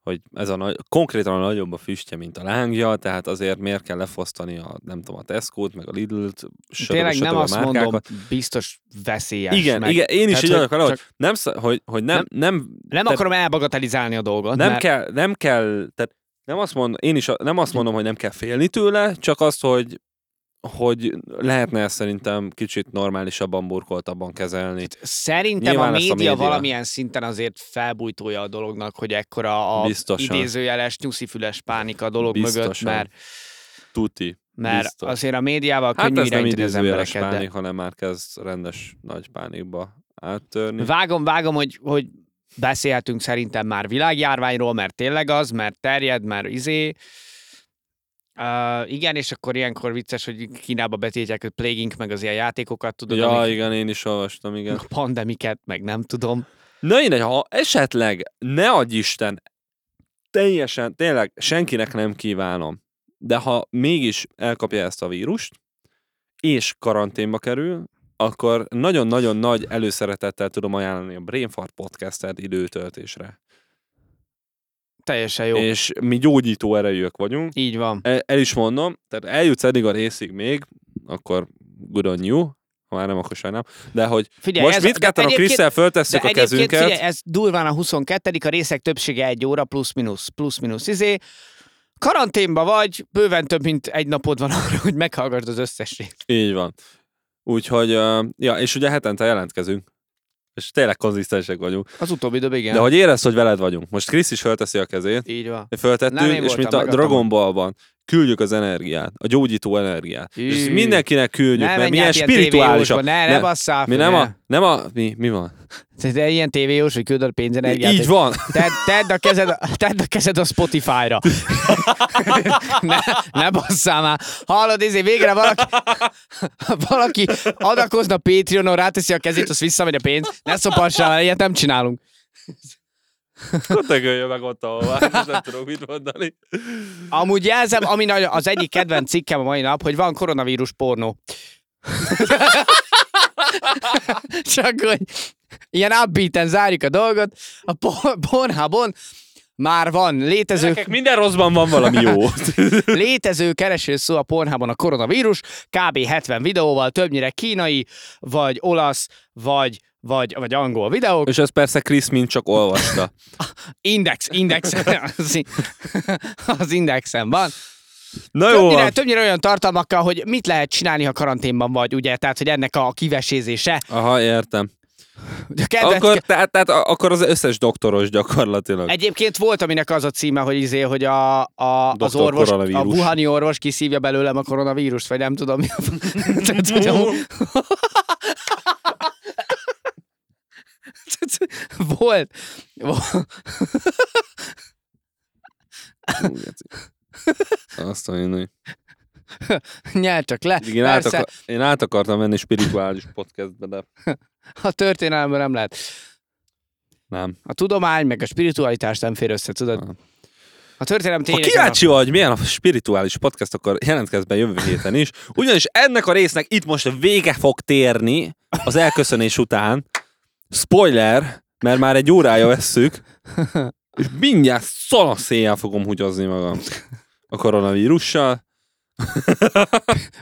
Speaker 1: hogy ez a nagy, konkrétan a nagyobb a füstje, mint a lángja, tehát azért miért kell lefosztani a, nem tudom, a Tesco-t, meg a Lidl-t, stb.
Speaker 2: Tényleg
Speaker 1: stb.
Speaker 2: nem
Speaker 1: a
Speaker 2: azt
Speaker 1: márkákat.
Speaker 2: mondom, biztos veszélyes.
Speaker 1: Igen,
Speaker 2: meg.
Speaker 1: igen, én is
Speaker 2: Tehát,
Speaker 1: így
Speaker 2: hogy
Speaker 1: vagyok vele, hogy,
Speaker 2: csak-
Speaker 1: nem, sz- hogy, hogy nem, nem,
Speaker 2: Nem
Speaker 1: te-
Speaker 2: akarom elbagatelizálni a dolgot,
Speaker 1: nem
Speaker 2: mert
Speaker 1: kell, nem kell, tehát nem azt mondom, én is a- nem azt mondom, hogy nem kell félni tőle, csak azt, hogy hogy lehetne ezt szerintem kicsit normálisabban, burkoltabban kezelni.
Speaker 2: szerintem a
Speaker 1: Nyilván lesz a
Speaker 2: média, a média
Speaker 1: média.
Speaker 2: valamilyen szinten azért felbújtója a dolognak, hogy ekkora a
Speaker 1: Biztosan.
Speaker 2: idézőjeles, nyuszifüles pánika a dolog mögött,
Speaker 1: Biztosan.
Speaker 2: mert,
Speaker 1: Tuti.
Speaker 2: mert
Speaker 1: Biztos.
Speaker 2: azért a médiával
Speaker 1: Hát
Speaker 2: könnyű
Speaker 1: ez nem
Speaker 2: irányítani az
Speaker 1: idézőjeles
Speaker 2: embereket. De...
Speaker 1: pánik, hanem már kezd rendes nagy pánikba áttörni.
Speaker 2: Vágom, vágom, hogy, hogy beszélhetünk szerintem már világjárványról, mert tényleg az, mert terjed, mert izé. Uh, igen, és akkor ilyenkor vicces, hogy Kínába betiltják a Plague Inc. meg az ilyen játékokat, tudod,
Speaker 1: ja,
Speaker 2: amik-
Speaker 1: igen, én is olvastam, igen.
Speaker 2: a pandemiket, meg nem tudom.
Speaker 1: Na én, ha esetleg, ne adj Isten, teljesen, tényleg senkinek nem kívánom, de ha mégis elkapja ezt a vírust, és karanténba kerül, akkor nagyon-nagyon nagy előszeretettel tudom ajánlani a Brainfart podcastet időtöltésre.
Speaker 2: Teljesen jó.
Speaker 1: Jó.
Speaker 2: É.
Speaker 1: És mi gyógyító erejűek vagyunk.
Speaker 2: Így van.
Speaker 1: El, el is mondom, tehát eljutsz eddig a részig még, akkor good on you, ha már nem, akkor sajnálom. De hogy
Speaker 2: Figyelj,
Speaker 1: most
Speaker 2: ez,
Speaker 1: mit ketten a
Speaker 2: egyébként-
Speaker 1: Krisztel föltesszük
Speaker 2: de
Speaker 1: a
Speaker 2: egyébként
Speaker 1: kezünket.
Speaker 2: Figyelj, ez durván a 22 a részek többsége egy óra, plusz-minusz, plusz-minusz, izé. Karanténba vagy, bőven több, mint egy napod van arra, hogy meghallgassd az összes részt.
Speaker 1: Így van. Úgyhogy, ö, ja, és ugye hetente jelentkezünk, és tényleg konzisztensek vagyunk.
Speaker 2: Az utóbbi időben igen.
Speaker 1: De hogy érezd, hogy veled vagyunk. Most Krisz is fölteszi a kezét,
Speaker 2: Így van.
Speaker 1: föltettünk,
Speaker 2: Nem én
Speaker 1: és
Speaker 2: voltam,
Speaker 1: mint a
Speaker 2: megadtam.
Speaker 1: Dragon Ballban, küldjük az energiát, a gyógyító energiát. És ezt
Speaker 2: Ű.
Speaker 1: mindenkinek küldjük,
Speaker 2: ne
Speaker 1: mert
Speaker 2: menj
Speaker 1: milyen
Speaker 2: át ilyen
Speaker 1: spirituálisak.
Speaker 2: TV-jósba, Ne, ne,
Speaker 1: Ne,
Speaker 2: basszál.
Speaker 1: Mi
Speaker 2: fel,
Speaker 1: nem
Speaker 2: ne.
Speaker 1: a, nem a, mi, mi van?
Speaker 2: Te- Te ilyen tévéjós, hogy küld a pénzenergiát.
Speaker 1: Így van.
Speaker 2: Tedd, tedd, a kezed, tedd a kezed a Spotify-ra. ne, ne basszál már. Hallod, izé, végre valaki, valaki adakozna Patreonon, ráteszi a kezét, azt visszamegy a pénz. Ne szopassál már, ilyet nem csinálunk.
Speaker 1: Ott tegöljön meg ott, ahová. Most nem tudok mit mondani.
Speaker 2: Amúgy jelzem, ami nagy, az egyik kedvenc cikkem a mai nap, hogy van koronavírus pornó. Csak hogy ilyen upbeaten zárjuk a dolgot. A por- pornhábon már van létező
Speaker 1: Gyerekek, minden rosszban van valami jó.
Speaker 2: Létező kereső szó a pornában a koronavírus, kb. 70 videóval, többnyire kínai, vagy olasz, vagy vagy, vagy angol videók.
Speaker 1: és ez persze Krisz mind csak olvasta.
Speaker 2: Index, index, az, i- az indexen van.
Speaker 1: Na jó,
Speaker 2: Többnyire,
Speaker 1: van.
Speaker 2: többnyire olyan tartalmakkal, hogy mit lehet csinálni, ha karanténban vagy, ugye? Tehát, hogy ennek a kivesézése.
Speaker 1: Aha, értem.
Speaker 2: A kedvenc,
Speaker 1: Akkor, tehát, tehát a- akkor az összes doktoros gyakorlatilag.
Speaker 2: Egyébként volt, aminek az a címe, hogy izé, hogy a, a, az
Speaker 1: Doktor
Speaker 2: orvos, a
Speaker 1: koronavírus.
Speaker 2: wuhani orvos kiszívja belőlem a koronavírust, vagy nem tudom. mi a- Tehát, hogy amúgy- volt. Vol-
Speaker 1: Ú, geci. Azt mondom, hogy
Speaker 2: Nyeld csak le.
Speaker 1: én, át
Speaker 2: Persze,
Speaker 1: akar, én át akartam menni spirituális podcastbe, de
Speaker 2: a történelemben nem lehet.
Speaker 1: nem.
Speaker 2: A tudomány meg a spiritualitás nem fér össze, tudod?
Speaker 1: Nem.
Speaker 2: A történelem
Speaker 1: Ha
Speaker 2: tényleg...
Speaker 1: kíváncsi vagy, milyen a spirituális podcast, akkor jelentkezz be jövő héten is. Ugyanis ennek a résznek itt most vége fog térni az elköszönés után. Spoiler, mert már egy órája vesszük, és mindjárt szalaszéjjel fogom hugyozni magam a koronavírussal.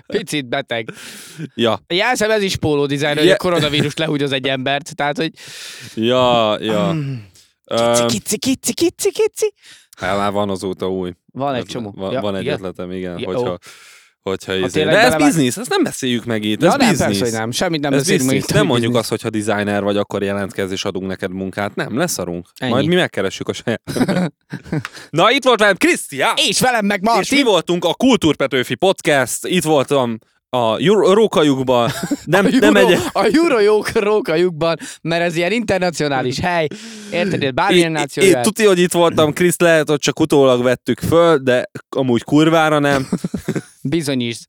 Speaker 2: Picit beteg.
Speaker 1: Ja,
Speaker 2: Jelszem, ez is póló dizájn, hogy
Speaker 1: Je-
Speaker 2: a koronavírus lehúgy az egy embert. Tehát, hogy
Speaker 1: ja, ja. Öm,
Speaker 2: kici, kici, kici, kici.
Speaker 1: Hát már van azóta új.
Speaker 2: Van egy
Speaker 1: Ötlet-
Speaker 2: csomó.
Speaker 1: Van,
Speaker 2: Ja,
Speaker 1: van egy
Speaker 2: igen.
Speaker 1: ötletem, igen,
Speaker 2: Ja,
Speaker 1: hogyha...
Speaker 2: ó.
Speaker 1: Hogyha
Speaker 2: Ha
Speaker 1: izé.
Speaker 2: tényleg
Speaker 1: De ez
Speaker 2: belevág-
Speaker 1: biznisz, ezt nem beszéljük meg itt, ez
Speaker 2: Ja, nem,
Speaker 1: biznisz.
Speaker 2: persze, hogy nem. Semmit nem
Speaker 1: ez
Speaker 2: beszélünk.
Speaker 1: biznisz.
Speaker 2: meg itt,
Speaker 1: Nem
Speaker 2: hogy
Speaker 1: mondjuk
Speaker 2: biznisz.
Speaker 1: azt, hogyha designer vagy, akkor jelentkezz és adunk neked munkát. Nem, leszarunk.
Speaker 2: Ennyi.
Speaker 1: Majd mi megkeressük a saját. Na, itt volt velem Krisztián!
Speaker 2: És velem meg
Speaker 1: És mi
Speaker 2: Marti.
Speaker 1: voltunk a Kultúrpetőfi Podcast, itt voltam a Jur- rókajukban, nem,
Speaker 2: A
Speaker 1: nem
Speaker 2: Euro-
Speaker 1: egy...
Speaker 2: A Eurojók rókajukban, mert ez ilyen internacionális hely. Érted? Itt Bármilyen
Speaker 1: Itt- itt-
Speaker 2: nációját.
Speaker 1: Tudja, hogy itt voltam, Krisz lehet, hogy csak utólag vettük föl, de amúgy kurvára nem.
Speaker 2: Bizonyítsd.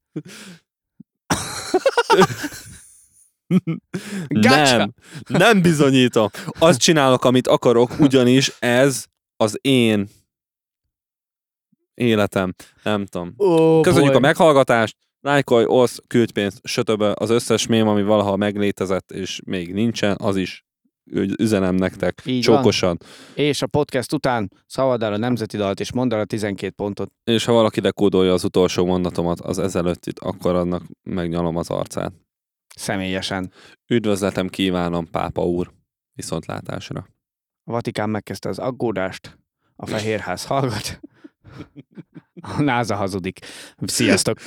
Speaker 2: Gacsa.
Speaker 1: Nem, nem bizonyítom. Azt csinálok, amit akarok, ugyanis ez az én életem. Nem tudom.
Speaker 2: Oh,
Speaker 1: Köszönjük a meghallgatást, lájkolj, osz, küldj pénzt, stb. Az összes mém, ami valaha meglétezett és még nincsen, az is ügy- üzenem nektek.
Speaker 2: Így van.
Speaker 1: Csókosan.
Speaker 2: És a podcast után szavad el a nemzeti dalt, és mondd el a 12 pontot.
Speaker 1: És ha valaki dekódolja az utolsó mondatomat az ezelőtt itt, akkor annak megnyalom az arcát.
Speaker 2: Személyesen.
Speaker 1: Üdvözletem kívánom, pápa úr. Viszontlátásra.
Speaker 2: A Vatikán megkezdte az aggódást, a Fehérház hallgat, a NASA hazudik. Sziasztok!